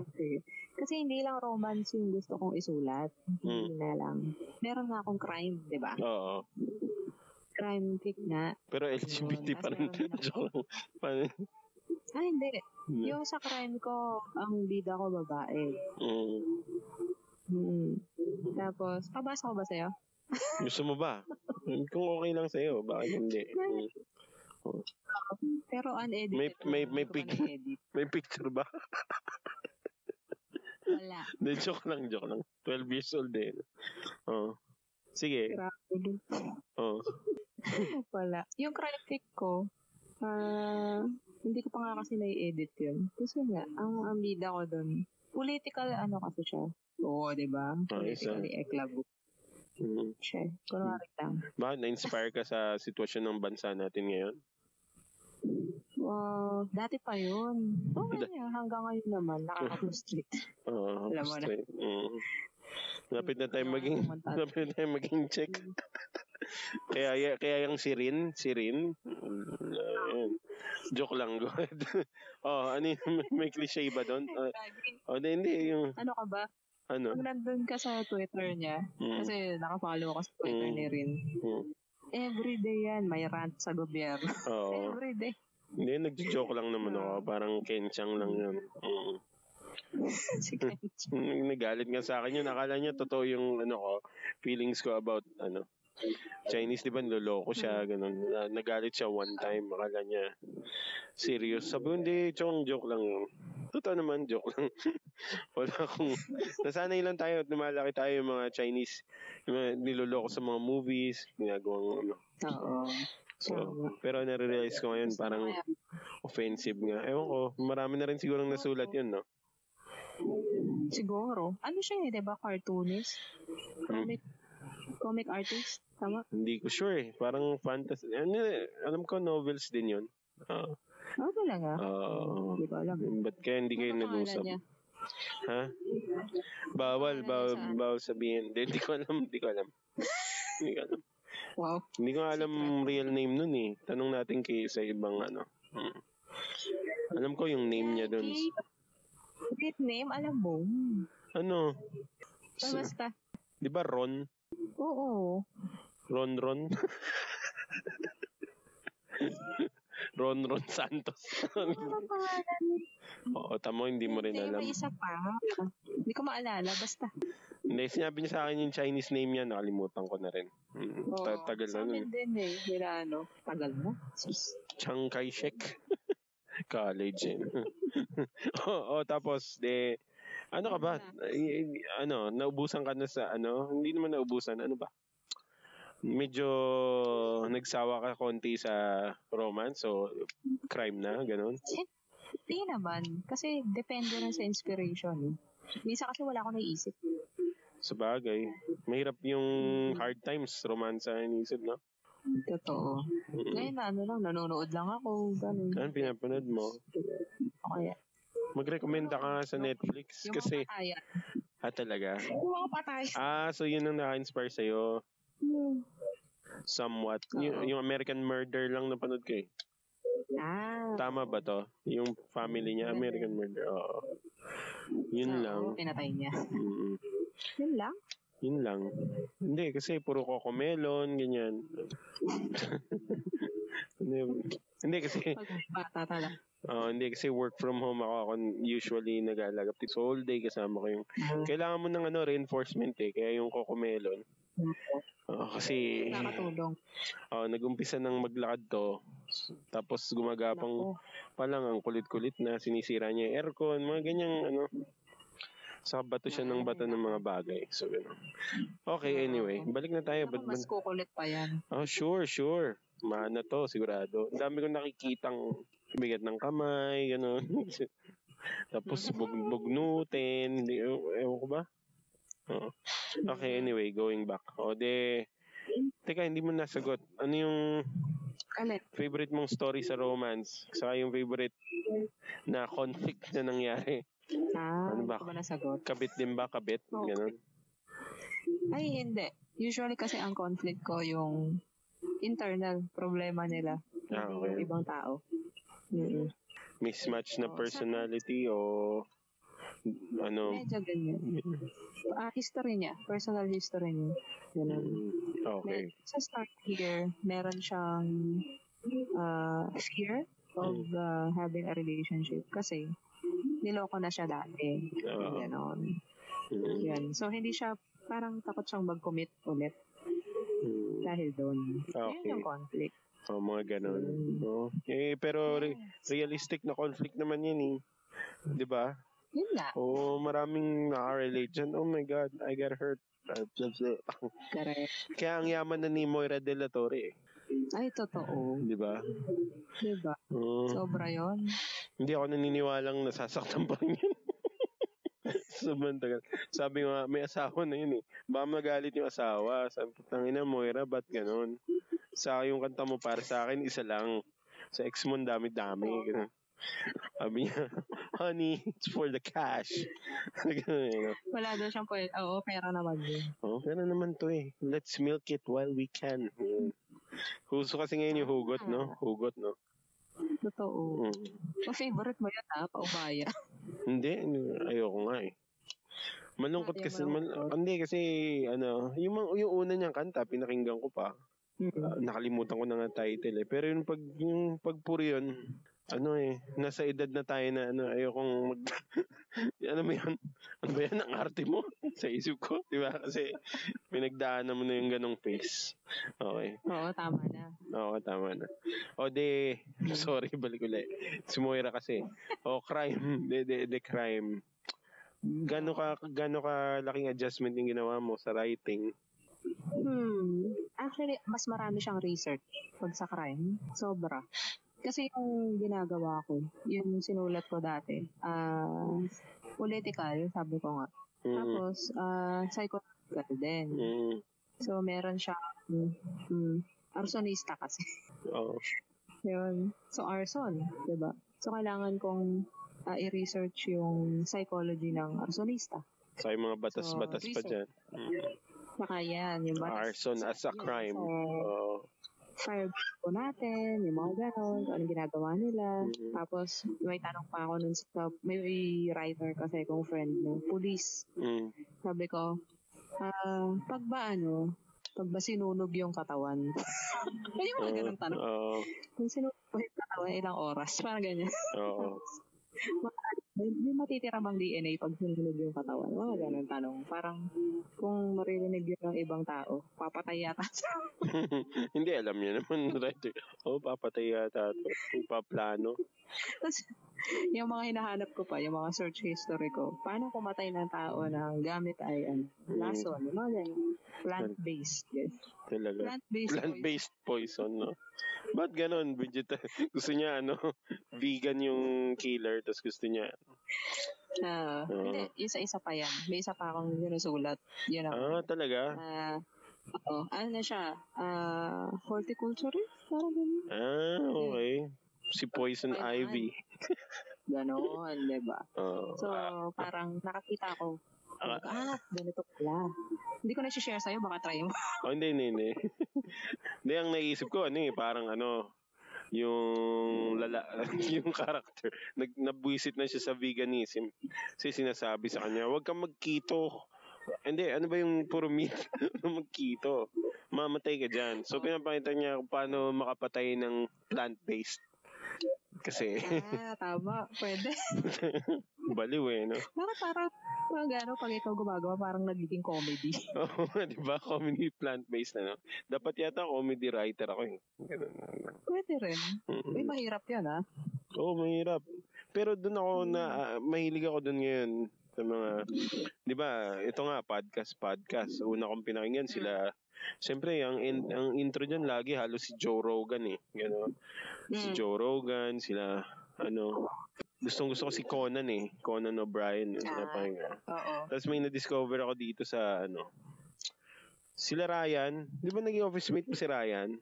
Okay. Kasi hindi lang romance yung gusto kong isulat. Hindi na lang. Meron nga akong crime, di ba?
Mm, Oo.
Crime fic nga.
Pero LGBT
Ano Yun.
pa rin.
Tapos meron din ako.
Joke lang. Paano?
Ah, hindi. Yung sa crime ko, ang bida ko babae.
Mm.
Hmm. Tapos, pabasa ko ba sa'yo?
Gusto mo ba? Kung okay lang sa'yo, bakit hindi? Mm.
Pero unedited.
May- may- may
Hindi ko pa
pic-
na-edit.
May picture ba?
Wala.
Hindi, joke lang, joke lang. 12 years old eh. Oo. Sige. Oh.
Grabe.
Oo.
Wala. Yung crime pic ko, ah, hindi ko pa nga kasi nai-edit yun. Tapos yun nga, ang, ang bida ko dun, political ano kasi siya. Oo, di ba? Politically eklabo
Mm.
siya. eh. Kunwari lang.
Bakit na-inspire ka sa sitwasyon ng bansa natin ngayon?
Wow, dati pa yun. Oo,
Da-
kaya hanggang ngayon naman, nakaka-frustrate.
Oo.
Alam mo na.
gusto eh. Mm. Lapit na tayo maging lapit na tayo maging check. kaya ya- kaya yung sirin, sirin. Joke lang god. oh, ano yung, may cliche ba doon? Ah, oh, hindi, hindi yung
ano ka ba?
ano.
Kung nandun ka sa Twitter niya,
Mm,
kasi nakafollow ako sa Twitter
Mm.
ni Rin,
mm.
everyday yan, may rant sa gobyerno.
Oo.
everyday.
Hindi, nagjo-joke lang naman ako. Parang kenchang lang yun. Mm.
Sige.
Mm, Nagalit nga sa akin yun. Akala niya totoo yung ano ko, feelings ko about ano. Chinese, di ba, niloloko siya, ganun. Na- Nagalit siya one time, akala niya. Serious. Sabi ko, hindi, chong, joke lang yun. Totoo naman, joke lang. Wala akong, nasanay lang tayo at lumalaki tayo yung mga Chinese, yung mga niloloko sa mga movies, ginagawang ano.
Oo.
So, pero nare-realize ko ngayon, parang
Kaya,
offensive nga. Ewan ko, marami na rin sigurang nasulat yun, no?
Siguro. Ano siya eh, di ba? Cartoonist?
Hmm.
Comic, comic artist? Tama?
Hindi ko sure eh. Parang fantasy. Ano, eh, alam ko novels din yun. Oo.
Oo, Ah, talaga.
Oo.
Hindi ko alam.
ba't kaya hindi kayo
Ano pangalan
nag-usap?
niya?
Ha? Bawal,
Ano pangalan
bawal,
niya sa ano?
bawal sabihin. Hindi, hindi ko alam, hindi ko alam. hindi ko alam.
Wow.
Hindi ko alam ang real name nun eh. Tanong natin kay sa ibang ano. Mm. Alam ko yung name niya dun.
Okay. Great name, alam mo.
Ano?
Ay,
S-
basta.
Di ba Ron?
Oo.
Ron Ron? Ron Ron Santos.
Ano ang pangalan?
Oo, tamo, hindi mo rin
Hindi,
alam.
May isa pa. Hindi ko maalala. Basta.
Hindi, sinabi niya sa akin yung Chinese name niya, nakalimutan ko na rin. Mm,
Oo.
ta- tagal
Sa
na nun.
amin din eh. Wala ano. Tagal na. Sus.
Chiang Kai-shek. College eh. Oo, oh, tapos, de, ano ka ba? Eh, eh, Ano, naubusan ka na sa, ano, hindi naman naubusan, ano ba? Medyo nagsawa ka konti sa romance, so crime na, ganun.
Hindi naman. Kasi depende rin sa inspiration. eh. Minsan kasi wala akong naisip.
Sa bagay. Mahirap yung
Mm.
hard times, romansa ang isip, no?
Totoo.
Mm-mm.
Ngayon na ano lang, nanonood lang ako. Ganun.
Ano pinapanood mo?
Okay.
Magrekomenda ka nga sa Netflix
Yung
kasi,
mga patayan.
ah talaga?
Yung mga patayan.
Ah, so yun ang naka-inspire sa'yo. Somewhat.
Oo.
Yung, yung American Murder lang napanood ko eh.
Ah.
Tama ba to? Yung family niya, American Murder. Oo. Yun
Oo,
lang.
Pinatay niya.
Mm-mm.
Yun lang.
Yun lang. Hindi, kasi puro kokomelon, ganyan. Hindi- Hindi kasi
Pag bata talaga.
Oo, hindi kasi work from home ako. Ako usually nag-aalagap. So whole day kasama ko yung... Kailangan mo ng ano, reinforcement eh. Kaya yung kokomelon. Oo, kasi
Nakatulong.
oh, nag-umpisa ng maglakad to. Tapos gumagapang
Naku.
palang ang kulit-kulit na sinisira niya yung aircon. Mga ganyang ano. Sa bato siya ng bato ng mga bagay. So ganun. Okay, anyway. Balik na tayo.
Naku, Ano
Ba't-
mas kukulit pa yan.
Oh, sure, sure. Mana to, sigurado. Ang dami kong nakikitang bigat ng kamay, gano'n. Tapos bug bugnutin, hindi, ew- ewan ko ba? Oo. Okay, anyway, going back. O de, teka, hindi mo nasagot. Ano yung
Alin?
favorite mong story sa romance? Saka yung favorite na conflict na nangyari?
Ah, ano
Ano ba?
ba? nasagot?
Kabit din ba? Kabit? Gano'n.
Ay, hindi. Usually kasi ang conflict ko yung internal problema nila.
Ah,
Hindi
okay.
Yung ibang tao. Mm-mm.
Mismatch na
Oo.
personality o ano?
Medyo ganyan. Ah, history niya. Personal history niya. Ganun.
Mm, Okay.
May- Sa start here, meron siyang uh, fear of
Mm.
uh, having a relationship kasi niloko na siya dati.
Oo.
Ganon.
Mm.
Yan. So, hindi siya, parang takot siyang mag-commit ulit
Mm,
dahil doon. Yun
Okay.
yung conflict.
Oh, mga ganun.
Mm.
Oo. Eh, pero re- realistic na conflict naman yun eh. 'Di ba?
Yun nga.
Oo, maraming nakarelate dyan. Oh my God, I got hurt. Ah, blah, blah.
Correct.
Kaya ang yaman na ni Moira de la Torre eh.
Ay, totoo.
Di ba?
Diba?
Oo.
Sobra yun.
hindi ako naniniwalang nasasaktan pa rin yun. Sobrang tagal. Sabi nga, may asawa na yun eh. Baka magalit yung asawa. Sabi ko, tangina Moira, ba't ganun? Sa yung kanta mo para sa akin, isa lang. Sa ex mo, ang dami-dami. Ganun. Sabi niya, honey, it's for the cash. ganun, you know.
Wala daw siyang pwede. Oo, pera naman yun.
Oh, ganun naman to eh. Let's milk it while we can. Yun. Huso kasi ngayon yung hugot, no? Hugot, no?
Totoo.
Mm.
O, favorite mo yun ha, paubaya.
Hindi, ano, ayoko nga eh. Malungkot
Sabi,
kasi,
malungkot.
mal- hindi kasi, ano, yung, mga- yung una niyang kanta, pinakinggan ko pa.
Mm.
Ah, nakalimutan ko na nga title eh. Pero yung, pag, yung pagpuri yun, ano eh, nasa edad na tayo na ano, ayokong mag... ano mo yun? Ano ba yan? Ang arte mo? sa isip ko, di ba? Kasi pinagdaanan mo na yung ganong face. Okay.
Oo, tama na.
Oo, tama na. O de,
Hmm.
sorry, balik ulit. Sumuira kasi. O crime, de, de, de crime. Gano ka gano ka laking adjustment yung ginawa mo sa writing?
Hmm. Actually, mas marami siyang research pag sa crime. Sobra. Kasi yung ginagawa ko, yung sinulat ko dati, ah political, sabi ko nga.
Mm.
Tapos, ah psychological din.
Mm.
So, meron siya, mm, mm, arsonista kasi.
Oo.
Yun. So, arson, di ba? So, kailangan kong ah, i-research yung psychology ng arsonista.
Sa yung mga batas-batas
So,
pa diyan.
Saka yan, yung batas
Arson as a crime.
So,
Oo.
fireball po natin, yung mga ganon, kung anong ginagawa nila.
Mhm.
Tapos, may tanong pa ako nun sa, may writer kasi kong friend mo, police.
Mm.
Sabi ko, ah, pag ba ano, pag ba sinunog yung katawan? Ay, yung mga ganong tanong.
Oo.
Kung sinunog po yung katawan, ilang oras? Parang ganyan.
Oo.
May, may matitira bang DNA pag sinunog yung katawan? Mga ganun tanong. Parang kung maririnig yun ng ibang tao, papatay yata siya.
Hindi, alam niya naman. Right? Oh, papatay yata ito. Pupaplano.
Tapos, yung mga hinahanap ko pa, yung mga search history ko, paano kumatay ng tao na ang gamit ay ano, lason, mga ganyan. Plant-based. Yes.
Talaga.
Plant-based. eh.
Plant-based poison, no? Ba't ganon? Vegetar- gusto niya, ano, vegan yung killer, tapos gusto niya.
poison. Ah,
Oo.
Hindi, isa-isa pa yan. May isa pa akong sinusulat. Yun ako.
Ah, talaga?
Ah, oo. ano na siya? Ah, horticulturist? Parang ganun.
Ah, okay. Si
Poison
Poison Ivy.
Ganon, di ba?
Oh,
So,
ah,
parang nakakita ko.
Ah.
Ah, ganito pala. Hindi ko na share sa'yo, baka try mo.
oh, hindi, hindi, hindi. Hindi, ang naisip ko, ano eh, parang ano, yung lala, yung character, nag, nabwisit na siya sa veganism. Kasi sinasabi sa kanya, huwag kang magkito. Hindi, ano ba yung puro meat? Ano magkito? Mamatay ka dyan. So, pinapakita niya kung paano makapatay ng plant-based. Kasi,
Ah, tama. Pwede.
baliw eh, no?
Bakit parang, mga gano, pag ikaw gumagawa, parang nagiging comedy.
Oo, di ba? Comedy plant-based na, no? Dapat yata comedy writer ako, eh. Ganun.
Pwede rin.
Mm-mm.
Uy, mahirap yan, ah.
Oo, mahirap. Pero doon ako na, ah, mahilig ako doon ngayon sa mga, di ba, ito nga, podcast, podcast. Una kong pinakinggan sila, Siyempre, ang, in- ang intro dyan lagi halos si Joe Rogan eh. Gano? Si
Mm.
Joe Rogan, sila, ano, gustong gusto ko si Conan eh. Conan O'Brien. Eh,
Ah.
napakinggan.
Oo.
Tapos may na-discover ako dito sa ano. Sila Ryan, 'di ba naging office mate mo si Ryan?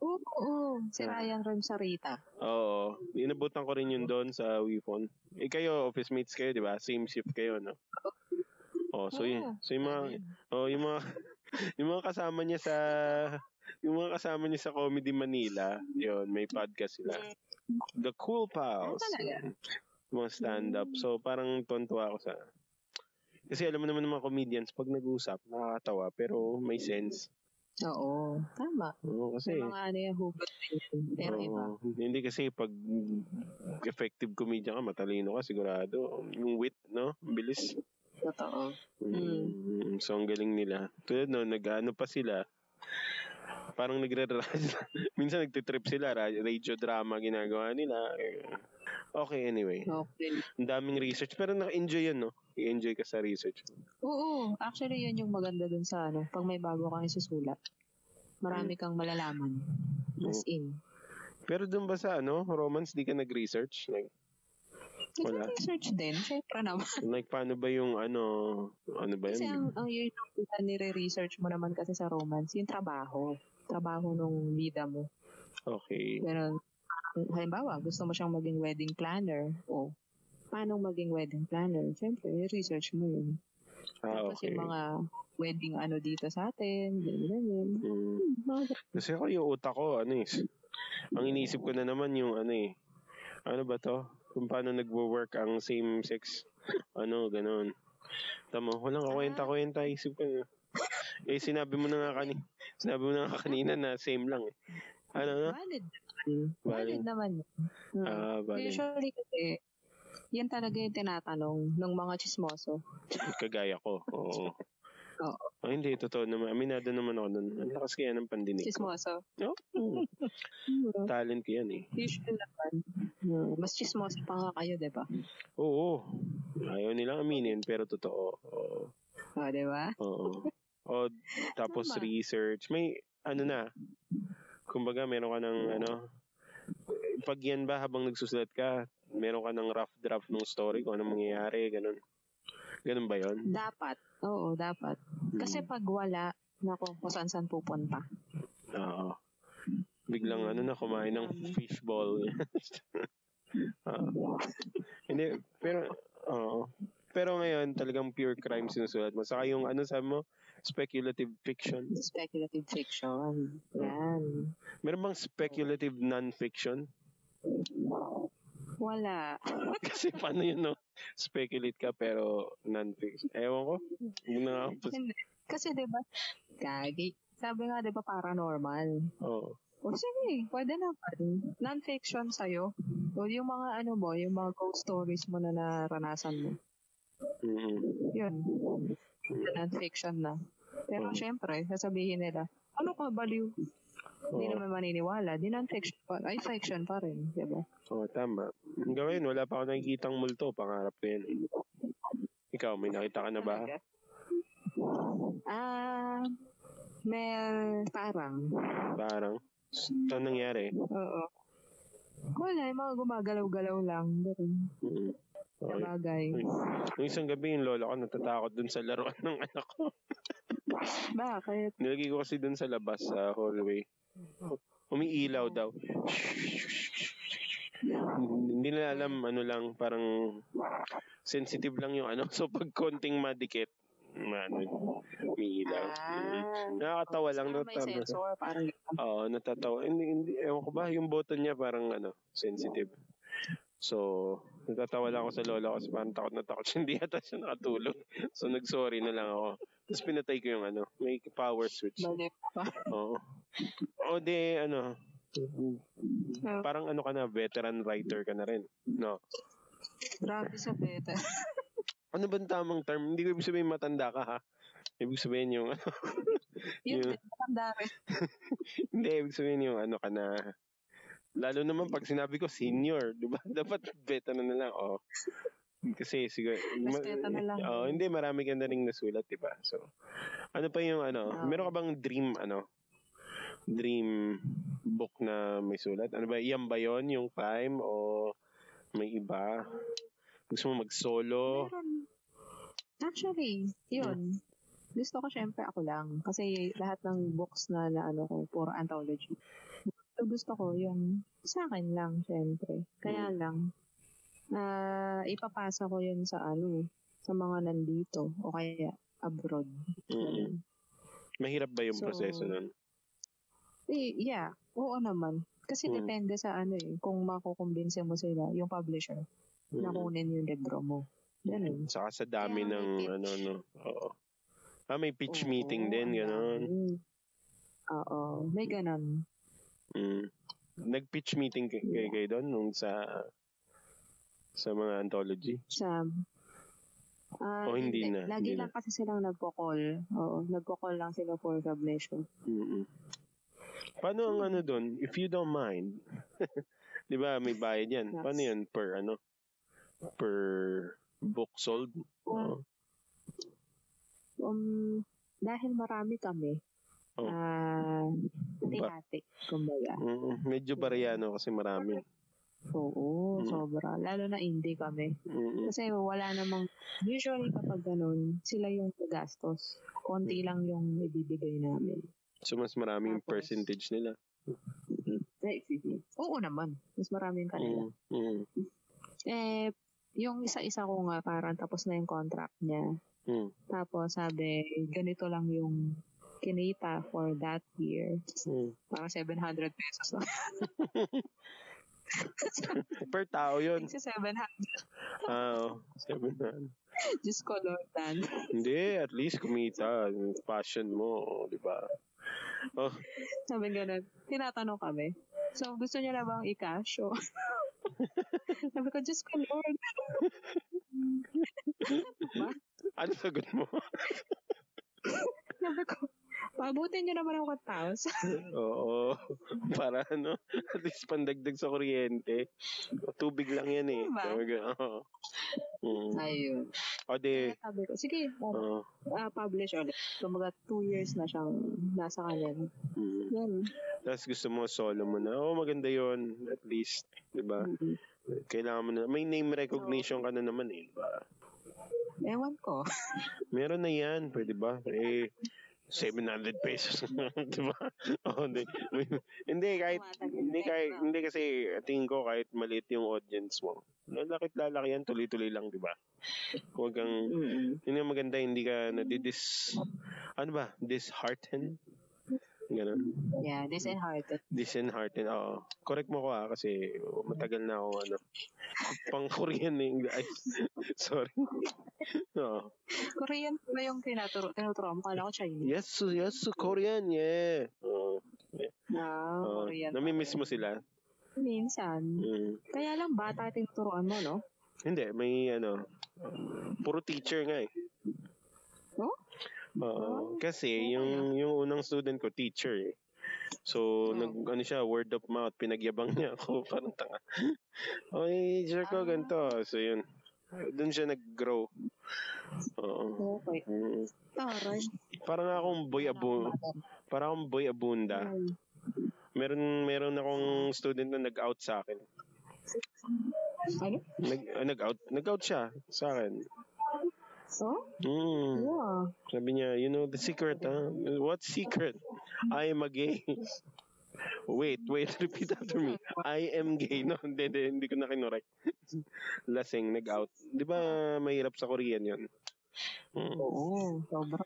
Oo, oo. Si
Ah.
Ryan Rem Sarita.
Oo, inabutan ko rin yun doon sa Wipon. Eh kayo office mates kayo, 'di ba? Same shift kayo, no? Oh, so yun. So yung mga oh, yung mga yung mga kasama niya sa yung mga kasama niya sa Comedy Manila, yun, may podcast sila. The Cool
Ah,
Pals.
talaga?
mga stand-up. So, parang tontuwa ako sa... Kasi alam mo naman ng mga comedians, pag nag-uusap, nakakatawa, pero may sense.
Oo. Tama.
Oo, kasi...
May mga ano yung hugot na yun. diba? Pero iba.
Hmm. oo. hindi kasi pag effective comedian ka, matalino ka, sigurado. Yung wit, no? Ang Bilis.
Totoo.
Mm. So, ang galing nila. Tulad no, nag-ano pa sila, parang nagre Minsan nagtitrip sila, ra- radio drama ginagawa nila. Okay, anyway.
Okay.
Ang daming research, pero naka-enjoy yun, no? I-enjoy ka sa research.
Oo. Actually, yun yung maganda dun sa ano. Pag may bago kang isusulat, marami
Hmm.
kang malalaman. As in.
Pero dun ba sa ano, romance, di ka nag-research? Like, Wala.
Nag-research din. Siyempre naman.
like paano ba yung ano, ano ba
Kasi
yun?
ang, ang yun yung kita nire-research mo naman kasi sa romance, yung trabaho. Trabaho nung bida mo.
Okay.
Ganun. Halimbawa, gusto mo siyang maging wedding planner. O, paano maging wedding planner? Siyempre, research mo yun.
Ah,
Tapos
okay.
yung Ano mga wedding ano dito sa atin, ganyan, ganyan.
Mm.
Mga ganun.
Kasi ako yung utak ko, ano eh. Ang iniisip ko na naman yung ano eh. Ano ba to? Kung paano nagwo-work ang same sex. Ano, ganun. Tama, walang kakwenta-kwenta. Isip ko na. Eh, sinabi mo na nga kanina. Sinabi mo na nga kanina na same lang eh. Ano, ano?
Valid. naman. Valid
Valid.
naman. Hmm.
Ah, valid.
Usually kasi, yan talaga yung tinatanong ng mga chismoso.
Kagaya ko. Oo.
Oo.
Oh, hindi, totoo naman. Aminado naman ako nun. Ang lakas kaya ng pandinig. ko.
Chismoso.
No? Talent ko yan eh.
Usually naman. Hmm. Mas chismoso pa nga kayo, di ba?
Oo. Ayaw nilang aminin, pero totoo. Oo.
O, di ba?
Oo. O, tapos
Tama.
research. May, ano na, kumbaga meron ka ng, ano, pag yan ba habang nagsusulat ka, meron ka ng rough draft ng story kung anong mangyayari, ganun. Ganun ba yun?
Dapat. Oo, dapat. Kasi pag wala, nako, kung saan pupunta.
Hmm. Oo. Biglang ano na kumain ng fishball. Oo. Hindi, pero, oo. Pero ngayon, talagang pure crime sinusulat mo. Saka yung, ano sabi mo, speculative fiction.
Speculative fiction. Yan.
Meron bang speculative non-fiction?
Wala.
Kasi paano yun, no? Speculate ka pero non-fiction. Ewan ko. Hindi na nga ako.
Kasi, di ba, gagi. Sabi nga, di ba, paranormal.
Oo.
O sige, pwede naman. Non-fiction sa'yo. O yung mga ano mo, yung mga ghost stories mo na naranasan mo.
Mm-mm.
Yun. Non-fiction na. Pero
Oo.
syempre, sasabihin nila, ano ka, baliw? Hindi
Oo.
naman maniniwala. Di non-fiction pa. Ay, fiction pa rin. Diba?
Oo, tama. Hanggang ngayon, wala pa ako nakikitang multo. Pangarap ko yan. Ikaw, may nakita ka na ba?
Talaga. Ah, mer parang.
Parang, ano nangyari?
Oo. Wala, yung mga gumagalaw-galaw lang. Ganun.
Mm-mm. Mm-hmm. Okay.
Sabagay.
Yung isang gabi, yung lola ko natatakot dun sa laruan ng anak ko.
Bakit?
Nilagay ko kasi dun sa labas, sa hallway. Umiilaw daw. Hindi na alam, ano lang, parang sensitive lang yung ano. So, pag konting madikit, ano, umiilaw.
Ah.
Mm. Nakakatawa lang.
Basta may
natatawa.
sensor, parang
Oo, natatawa. Hindi, hindi, ewan ko ba, yung button niya parang ano, sensitive. So, natatawa lang ako sa lola ko kasi parang takot na takot siya. Hindi yata siya nakatulog. So, nag-sorry na lang ako. Tapos pinatay ko yung ano, may power switch.
balik pa.
Oo. O di, ano, parang ano ka na, veteran writer ka na rin. No.
Grabe sa beta.
Ano ba tamang term? Hindi ko ibig sabihin matanda ka ha. Ibig sabihin yung,
Yun,
Yun.
matanda rin.
hindi, ibig sabihin yung ano ka na, lalo naman pag sinabi ko senior, di ba? Dapat veteran na lang, oh. Kasi siguro, ma-
Respeto na lang.
Oo, hindi, marami ka na rin nasulat, di ba? So, ano pa yung ano,
Oo.
meron ka bang dream, ano, dream book na may sulat? Ano ba, yan ba yun, yung time, o may iba? Gusto mo mag-solo?
Meron. Actually, yun. Gusto ko syempre ako lang. Kasi lahat ng books na naano ko, puro anthology. So, gusto ko yung sa akin lang, syempre. Kaya lang, ah ipapasa ko yun sa ano, sa mga nandito o kaya abroad.
Mm-mm. Mahirap ba yung
So,
proseso nun?
Eh, yeah. Oo naman. Kasi
Mm.
depende sa ano eh, kung makukumbinse mo sila, yung publisher, na
Mm-mm.
kunin yung libro mo. Ganun.
Saka sa
Kaya
dami
eh. may
ng,
pitch.
ano, no? Oo. Ah, may pitch
Oo,
meeting din,
ang
gano'n.
dami. Oo, may ganun.
Mm. Nag-pitch meeting kay kayo, kayo doon nung sa sa mga anthology?
Sa, ah,
O, Oh, hindi na,
Lagi
hindi
lang kasi silang nagko-call. Oo, nagko-call lang sila for submission.
mm Paano ang ano doon, if you don't mind, di ba may bayad yan,
Yes.
paano yan per ano, per book sold?
Kung, um, dahil marami kami,
Oh.
ah, hati-hati, kumbaga.
Mm, Oh, medyo bariyano kasi marami.
Oo,
Mm.
sobra. Lalo na hindi kami.
Mm-mm.
Kasi wala namang, usually kapag ganun, sila yung gastos. Konti lang yung ibibigay namin.
So mas marami yung
Tapos,
percentage nila.
Right, Fifi? Oo naman. Mas marami yung kanila.
Mm, mm,
Eh, yung isa-isa ko nga, parang tapos na yung contract niya.
mm,
Tapos sabi, ganito lang yung kinita for that year.
mm.
Parang 700 pesos. lang.
Per tao yun.
Kasi 700,
Ah, oh, seven na.
Diyos ko, Lord, Dan.
Hindi, at least kumita. Passion mo, Oh, di ba?
Sabi ganun, tinatanong kami. So, gusto niya na bang i-cash? O- Sabi ko, Diyos ko, Lord.
Ano sagot mo?
Sabi ko, pabutin niyo naman ako 1,000.
Oo. Para ano, at least pandagdag sa kuryente. Tubig lang yan eh.
Diba?
Tawag, oo. Mm.
Ayun.
O di,
Sabi ko, sige, ma'am,
oo.
ah, publish ulit. Kumbaga, two years na siyang nasa kanya.
Mm.
Yan.
Tapos gusto mo solo mo na. Oo, maganda yon At least, di ba?
Mm-mm.
Kailangan mo na. May name recognition ka na naman eh, di ba?
Ewan ko.
Meron na yan, pwede ba? Eh, 700 pesos na, di ba? Oo, hindi. hindi, kahit, hindi, kahit, hindi kasi, tingin ko kahit maliit yung audience mo. Lalakit lalaki yan, tuloy-tuloy lang, di ba? Huwag kang,
Mm-mm.
yun yung maganda, hindi ka nadidis, ano ba, dishearten? Ganun.
Yeah, disenhearted.
Disenhearten, oo. Correct mo ko ah, kasi matagal na ako, ano, pang Korean na yung, ay, sorry. Oo.
Korean ba yung tinaturo? Tinuturo mo? Kala ko Chinese.
Yes, yes, Korean, yeah. Oo.
Ah,
Oo.
Korean.
Oh, Uh, namimiss mo sila.
Minsan.
Mm.
Kaya lang bata tinuturuan mo, no?
Hindi, may ano, puro teacher nga eh.
Oh?
Oo. Kasi yung yung unang student ko teacher eh. So
Oh.
nag ano siya word of mouth pinagyabang niya ako parang tanga. Oy, teacher
Ah.
ko ganito. So yun. Doon siya nag-grow. Oo.
Okay.
Mm.
Taray.
Parang akong boy abu parang akong boy abunda.
Ay.
Meron meron akong student na nag-out sa akin.
Ano?
Nag ah, nag-out nag-out siya sa akin.
So?
Mm.
Yeah.
Sabi niya, you know the secret, huh? What secret? I am a gay. wait, wait, repeat after me. I am gay. No, hindi, hindi, hindi ko na kinorek. Lasing, nag-out. Di ba mahirap sa Korean yun? Hmm.
Oo. Sobra.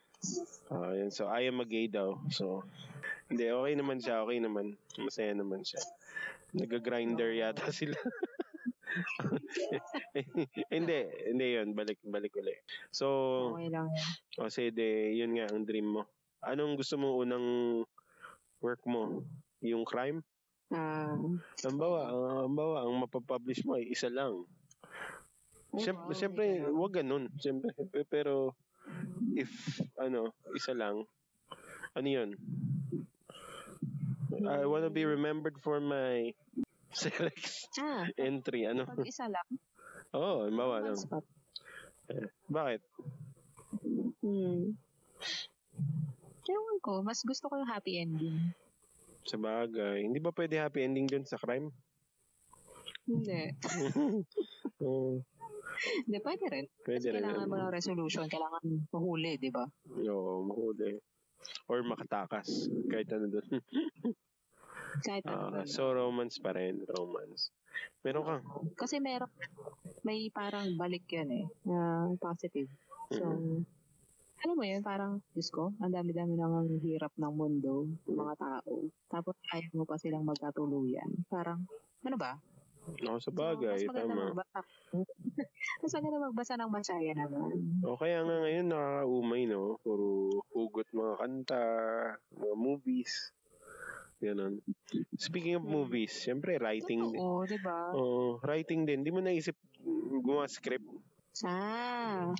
Ah, yun. So, I am a gay daw. So, hindi, okay naman siya, okay naman. Masaya naman siya. Nag-grinder yata sila. hindi, hindi yun. Balik, balik ulit. So,
Okay lang. yan.
kasi de, yun nga ang dream mo. Anong gusto mo unang work mo? Yung crime?
Ah.
Ang bawa, ah, ang bawa, ang mapapublish mo ay isa lang. Siyempre,
wow,
siyempre
may ganun.
wag ganun. Siyempre, pe- pero if, ano, isa lang, ano yun? I wanna be remembered for my Serex
Ah.
entry. Ano?
Pag isa lang.
Oo, oh, ang bawa
one
lang.
spot.
Bakit?
Hmm. Ewan ko. Mas gusto ko yung happy ending.
Sa bagay. Hindi ba pwede happy ending dun sa crime?
Hindi.
Oo,
Hindi, pwede rin.
pwede
Kasi
rin.
kailangan mo ng resolution. Kailangan mahuli, di ba?
Oo, mahuli. Or makatakas. Kahit ano doon.
Kahit ano.
Ah,
man.
so, romance pa rin. Romance. Meron kang.
Kasi meron, may parang balik yan eh, na positive. So, alam mo yun, parang, Diyos ko, ang dami-dami nang ang hirap ng mundo, ng mga tao. Tapos, ayaw mo pa silang magkatuluyan. Parang, ano ba?
Hmm. Ako sa
So,
bagay.
mas maganda
tama.
magbasa. mas maganda magbasa ng masaya naman.
O kaya nga ngayon nakakaumay, no? Puro hugot mga kanta, mga movies. Ganon. Speaking of
Mm.
movies, syempre writing din.
Totoo, di ba?
Oo, writing din. Di mo naisip gumawa script.
Ah,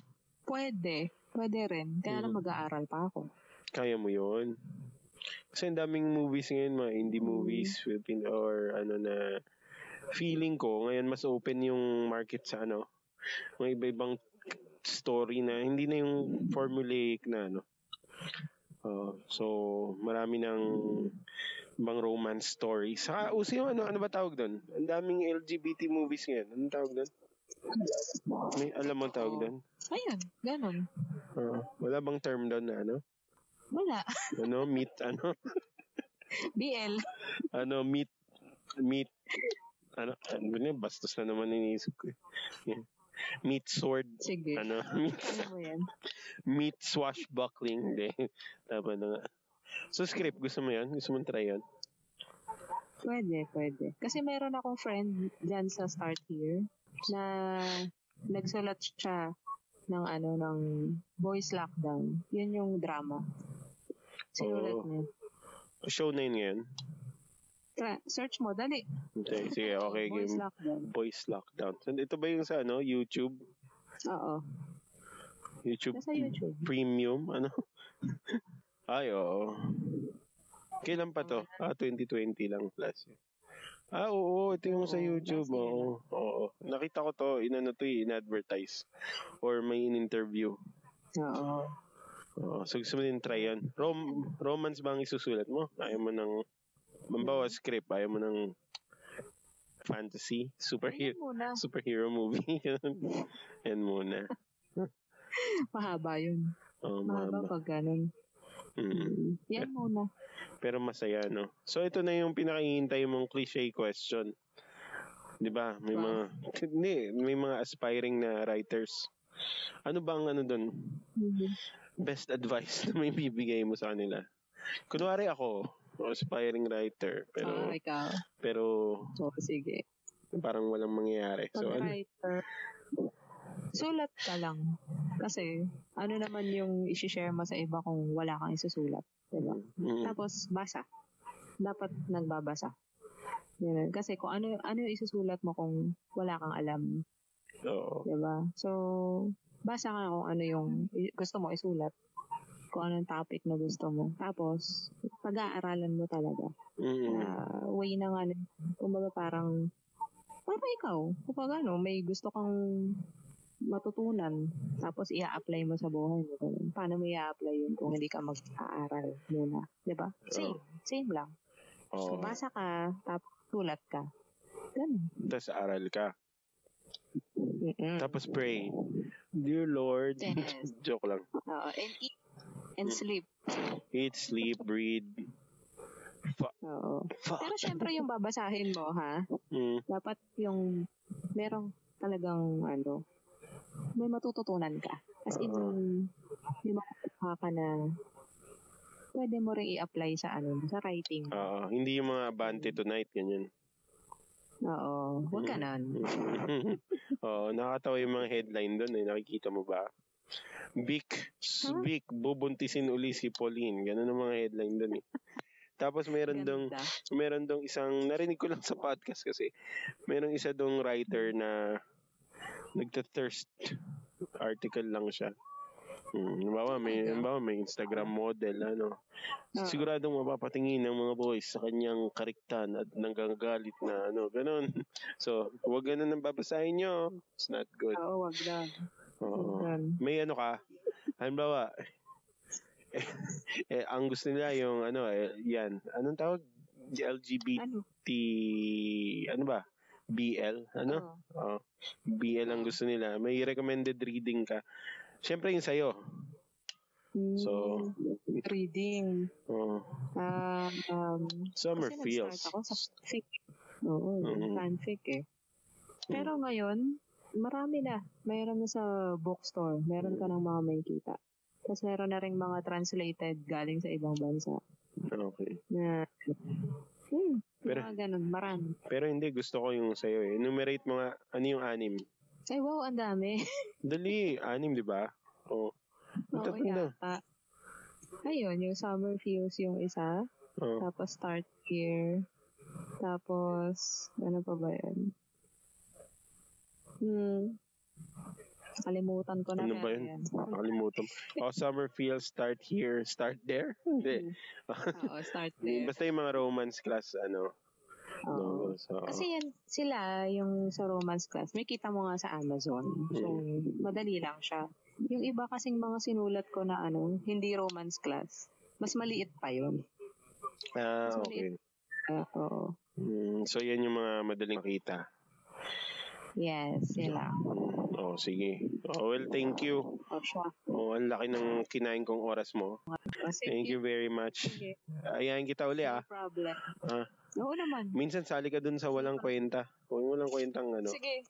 pwede. Pwede rin. Kaya lang
Mm.
mag-aaral pa ako.
Kaya mo yun. Kasi ang daming movies ngayon, mga indie
Mm.
movies, Philippine or ano na feeling ko ngayon mas open yung market sa ano, mga iba-ibang story na hindi na yung formulaic na ano. Oo. so, marami ng bang romance story. Saka, uso yung ano, ano ba tawag doon? Ang daming LGBT movies ngayon. Anong tawag doon? May, alam mo ang tawag doon?
Ayun, ganun.
Oo. wala bang term doon na ano?
Wala.
Ano? Meet, ano?
BL.
ano, meat, meat, ano, ano ba yun? bastos na naman iniisip ko. eh. Yan. Meat sword,
Sige.
ano, meat,
Ano ba yan?
meat swashbuckling, hindi. Tama na nga. So, script, gusto mo yan? Gusto mo try yan?
Pwede, pwede. Kasi meron akong friend dyan sa Start Here na nagsulat siya ng ano, ng Boys Lockdown. Yun yung drama. Sinulat
Oo.
niya.
Show na yun ngayon.
Tra- search mo, dali.
Okay, sige, okay,
Boys
game.
Lockdown.
Boys Lockdown. So, ito ba yung sa, ano, YouTube?
Oo.
YouTube
Nasa YouTube.
Premium? Ano? Ay, oo. Kailan pa to? Ah, 2020 lang plus. Ah, oo. Ito yung sa
Oo,
YouTube.
nasa
Oo. oo. Nakita ko to. Inano to eh, in-advertise. Or may in-interview.
Oo.
Ah. Oo. So, gusto mo din try yan. Rom romance ba ang isusulat mo? Ayaw mo ng... Mambawa script. Ayaw mo ng fantasy,
Ayun
superhero,
muna.
superhero movie. Yan muna.
Mahaba yun.
Oo,
Mahaba
mama.
pag ganun.
Mm.
Yan muna.
pero masaya, no? So, ito na yung pinakahihintay mong cliche question. Di ba? May
Wow.
mga, hindi, may mga aspiring na writers. Ano bang ano doon?
Mhm.
Best advice na may bibigay mo sa kanila? Kunwari ako, aspiring writer,
Ah,
pero,
ikaw.
pero
So, sige.
parang walang mangyayari. So, ano?
Pag-writer, sulat ka lang. Kasi, ano naman yung isi-share mo sa iba kung wala kang isusulat. Diba?
Mm,
Tapos, basa. dapat nagbabasa. Ganun. Kasi kung ano, ano yung isusulat mo kung wala kang alam,
Oo.
'di ba? So, basa ka kung ano yung i- gusto mo isulat kung anong topic na gusto mo. Tapos, pag-aaralan mo talaga.
Mm.
Ah, way na nga, nun. kumbaga parang, parang ikaw, kapag ano, may gusto kang matutunan, tapos i-apply mo sa buhay mo. Ganun. Paano mo i-apply yun kung hindi ka mag-aaral muna? 'di ba? Same, same lang. So,
Oo.
basa ka, tapos sulat ka. Ganun.
Tapos aral ka.
Mm-mm.
Tapos pray. Dear Lord.
Mm. Yes.
Joke lang.
Oo, and eat and sleep.
Eat, sleep, breathe.
Oo.
Fuck.
Pero syempre yung babasahin mo ha,
Mm.
dapat yung merong talagang ano, may matututunan ka. As in,
Oo.
may makukuha ka na pwede mo rin i-apply sa ano, sa writing.
Oo. Hindi yung mga bante tonight, ganyan.
Oo, huwag
Hmm.
ka nun.
Mm. Oo, nakakatawa yung mga headline doon eh. Nakikita mo ba? Big,
Huh?
Big, bubuntisin uli si Pauline. Ganun ang mga headline doon eh. Tapos meron dong
Ganda.
meron dong isang narinig ko lang sa podcast kasi merong isa dong writer na nagta-thirst article lang siya. Hmm, bawa may
Okay.
bawa may Instagram model ano.
Oo.
Siguradong mapapatingin ng mga boys sa kanyang kariktan at nanggagalit na ano, ganun. So, huwag ganun ang babasahin nyo. It's not good.
Oo, wag na. Wag
Oo.
na.
May ano ka? Halimbawa, eh, eh, ang gusto nila yung ano, eh, yan. Anong tawag? LGBT
Ano?
T ano ba? BL, ano?
Oo.
Oo. BL ang gusto nila. May recommended reading ka. Siyempre yung sa'yo.
Mm,
So,
reading.
oo.
Ah, um,
Summer
kasi
feels.
nag-start ako sa fanfic. Oo,
Mm.
fanfic eh. Pero
Mm-hmm.
ngayon, marami na. Mayroon na sa bookstore. Meron ka ng mga
Mm-hmm.
makikita. Tapos meron na rin mga translated galing sa ibang bansa.
Okay.
Na, hmm,
Pero-
mga ganun, marami.
Pero hindi, gusto ko yung sa'yo eh. Enumerate mo nga, ano yung anim?
Ay, wow, ang dami.
Dali, anim, di ba? Oo. Ang
Oo,
dami na.
yata. Ayun, yung Summer Feels yung isa.
Oo.
Tapos Start Here. Tapos, ano pa ba yun? Hmm. Kalimutan ko na
Ano
kaya
ba yun?
yan.
Nakalimutan. Oh, summer feels, start here, start there. Hindi.
Hmm. Oo, Start There.
Basta yung mga romance class, ano.
Oo.
novels, oo.
Kasi yan, sila, yung sa romance class, may kita mo nga sa Amazon. So,
Hmm.
madali lang siya. Yung iba kasing mga sinulat ko na ano, hindi romance class, mas maliit pa yun.
ah,
mas
okay.
Ah, Oo.
Mm, so, yan yung mga madaling makita.
Yes, sila.
Oh, sige. Oh, well, thank you.
O siya.
Oh, ang laki ng kinain kong oras mo.
Kasi,
Thank you very much.
Sige,
Ayahin kita uli
no
ah.
problem.
Ah.
Oo naman.
Minsan sali ka dun sa walang kwenta. Kung walang kwentang ano.
Sige,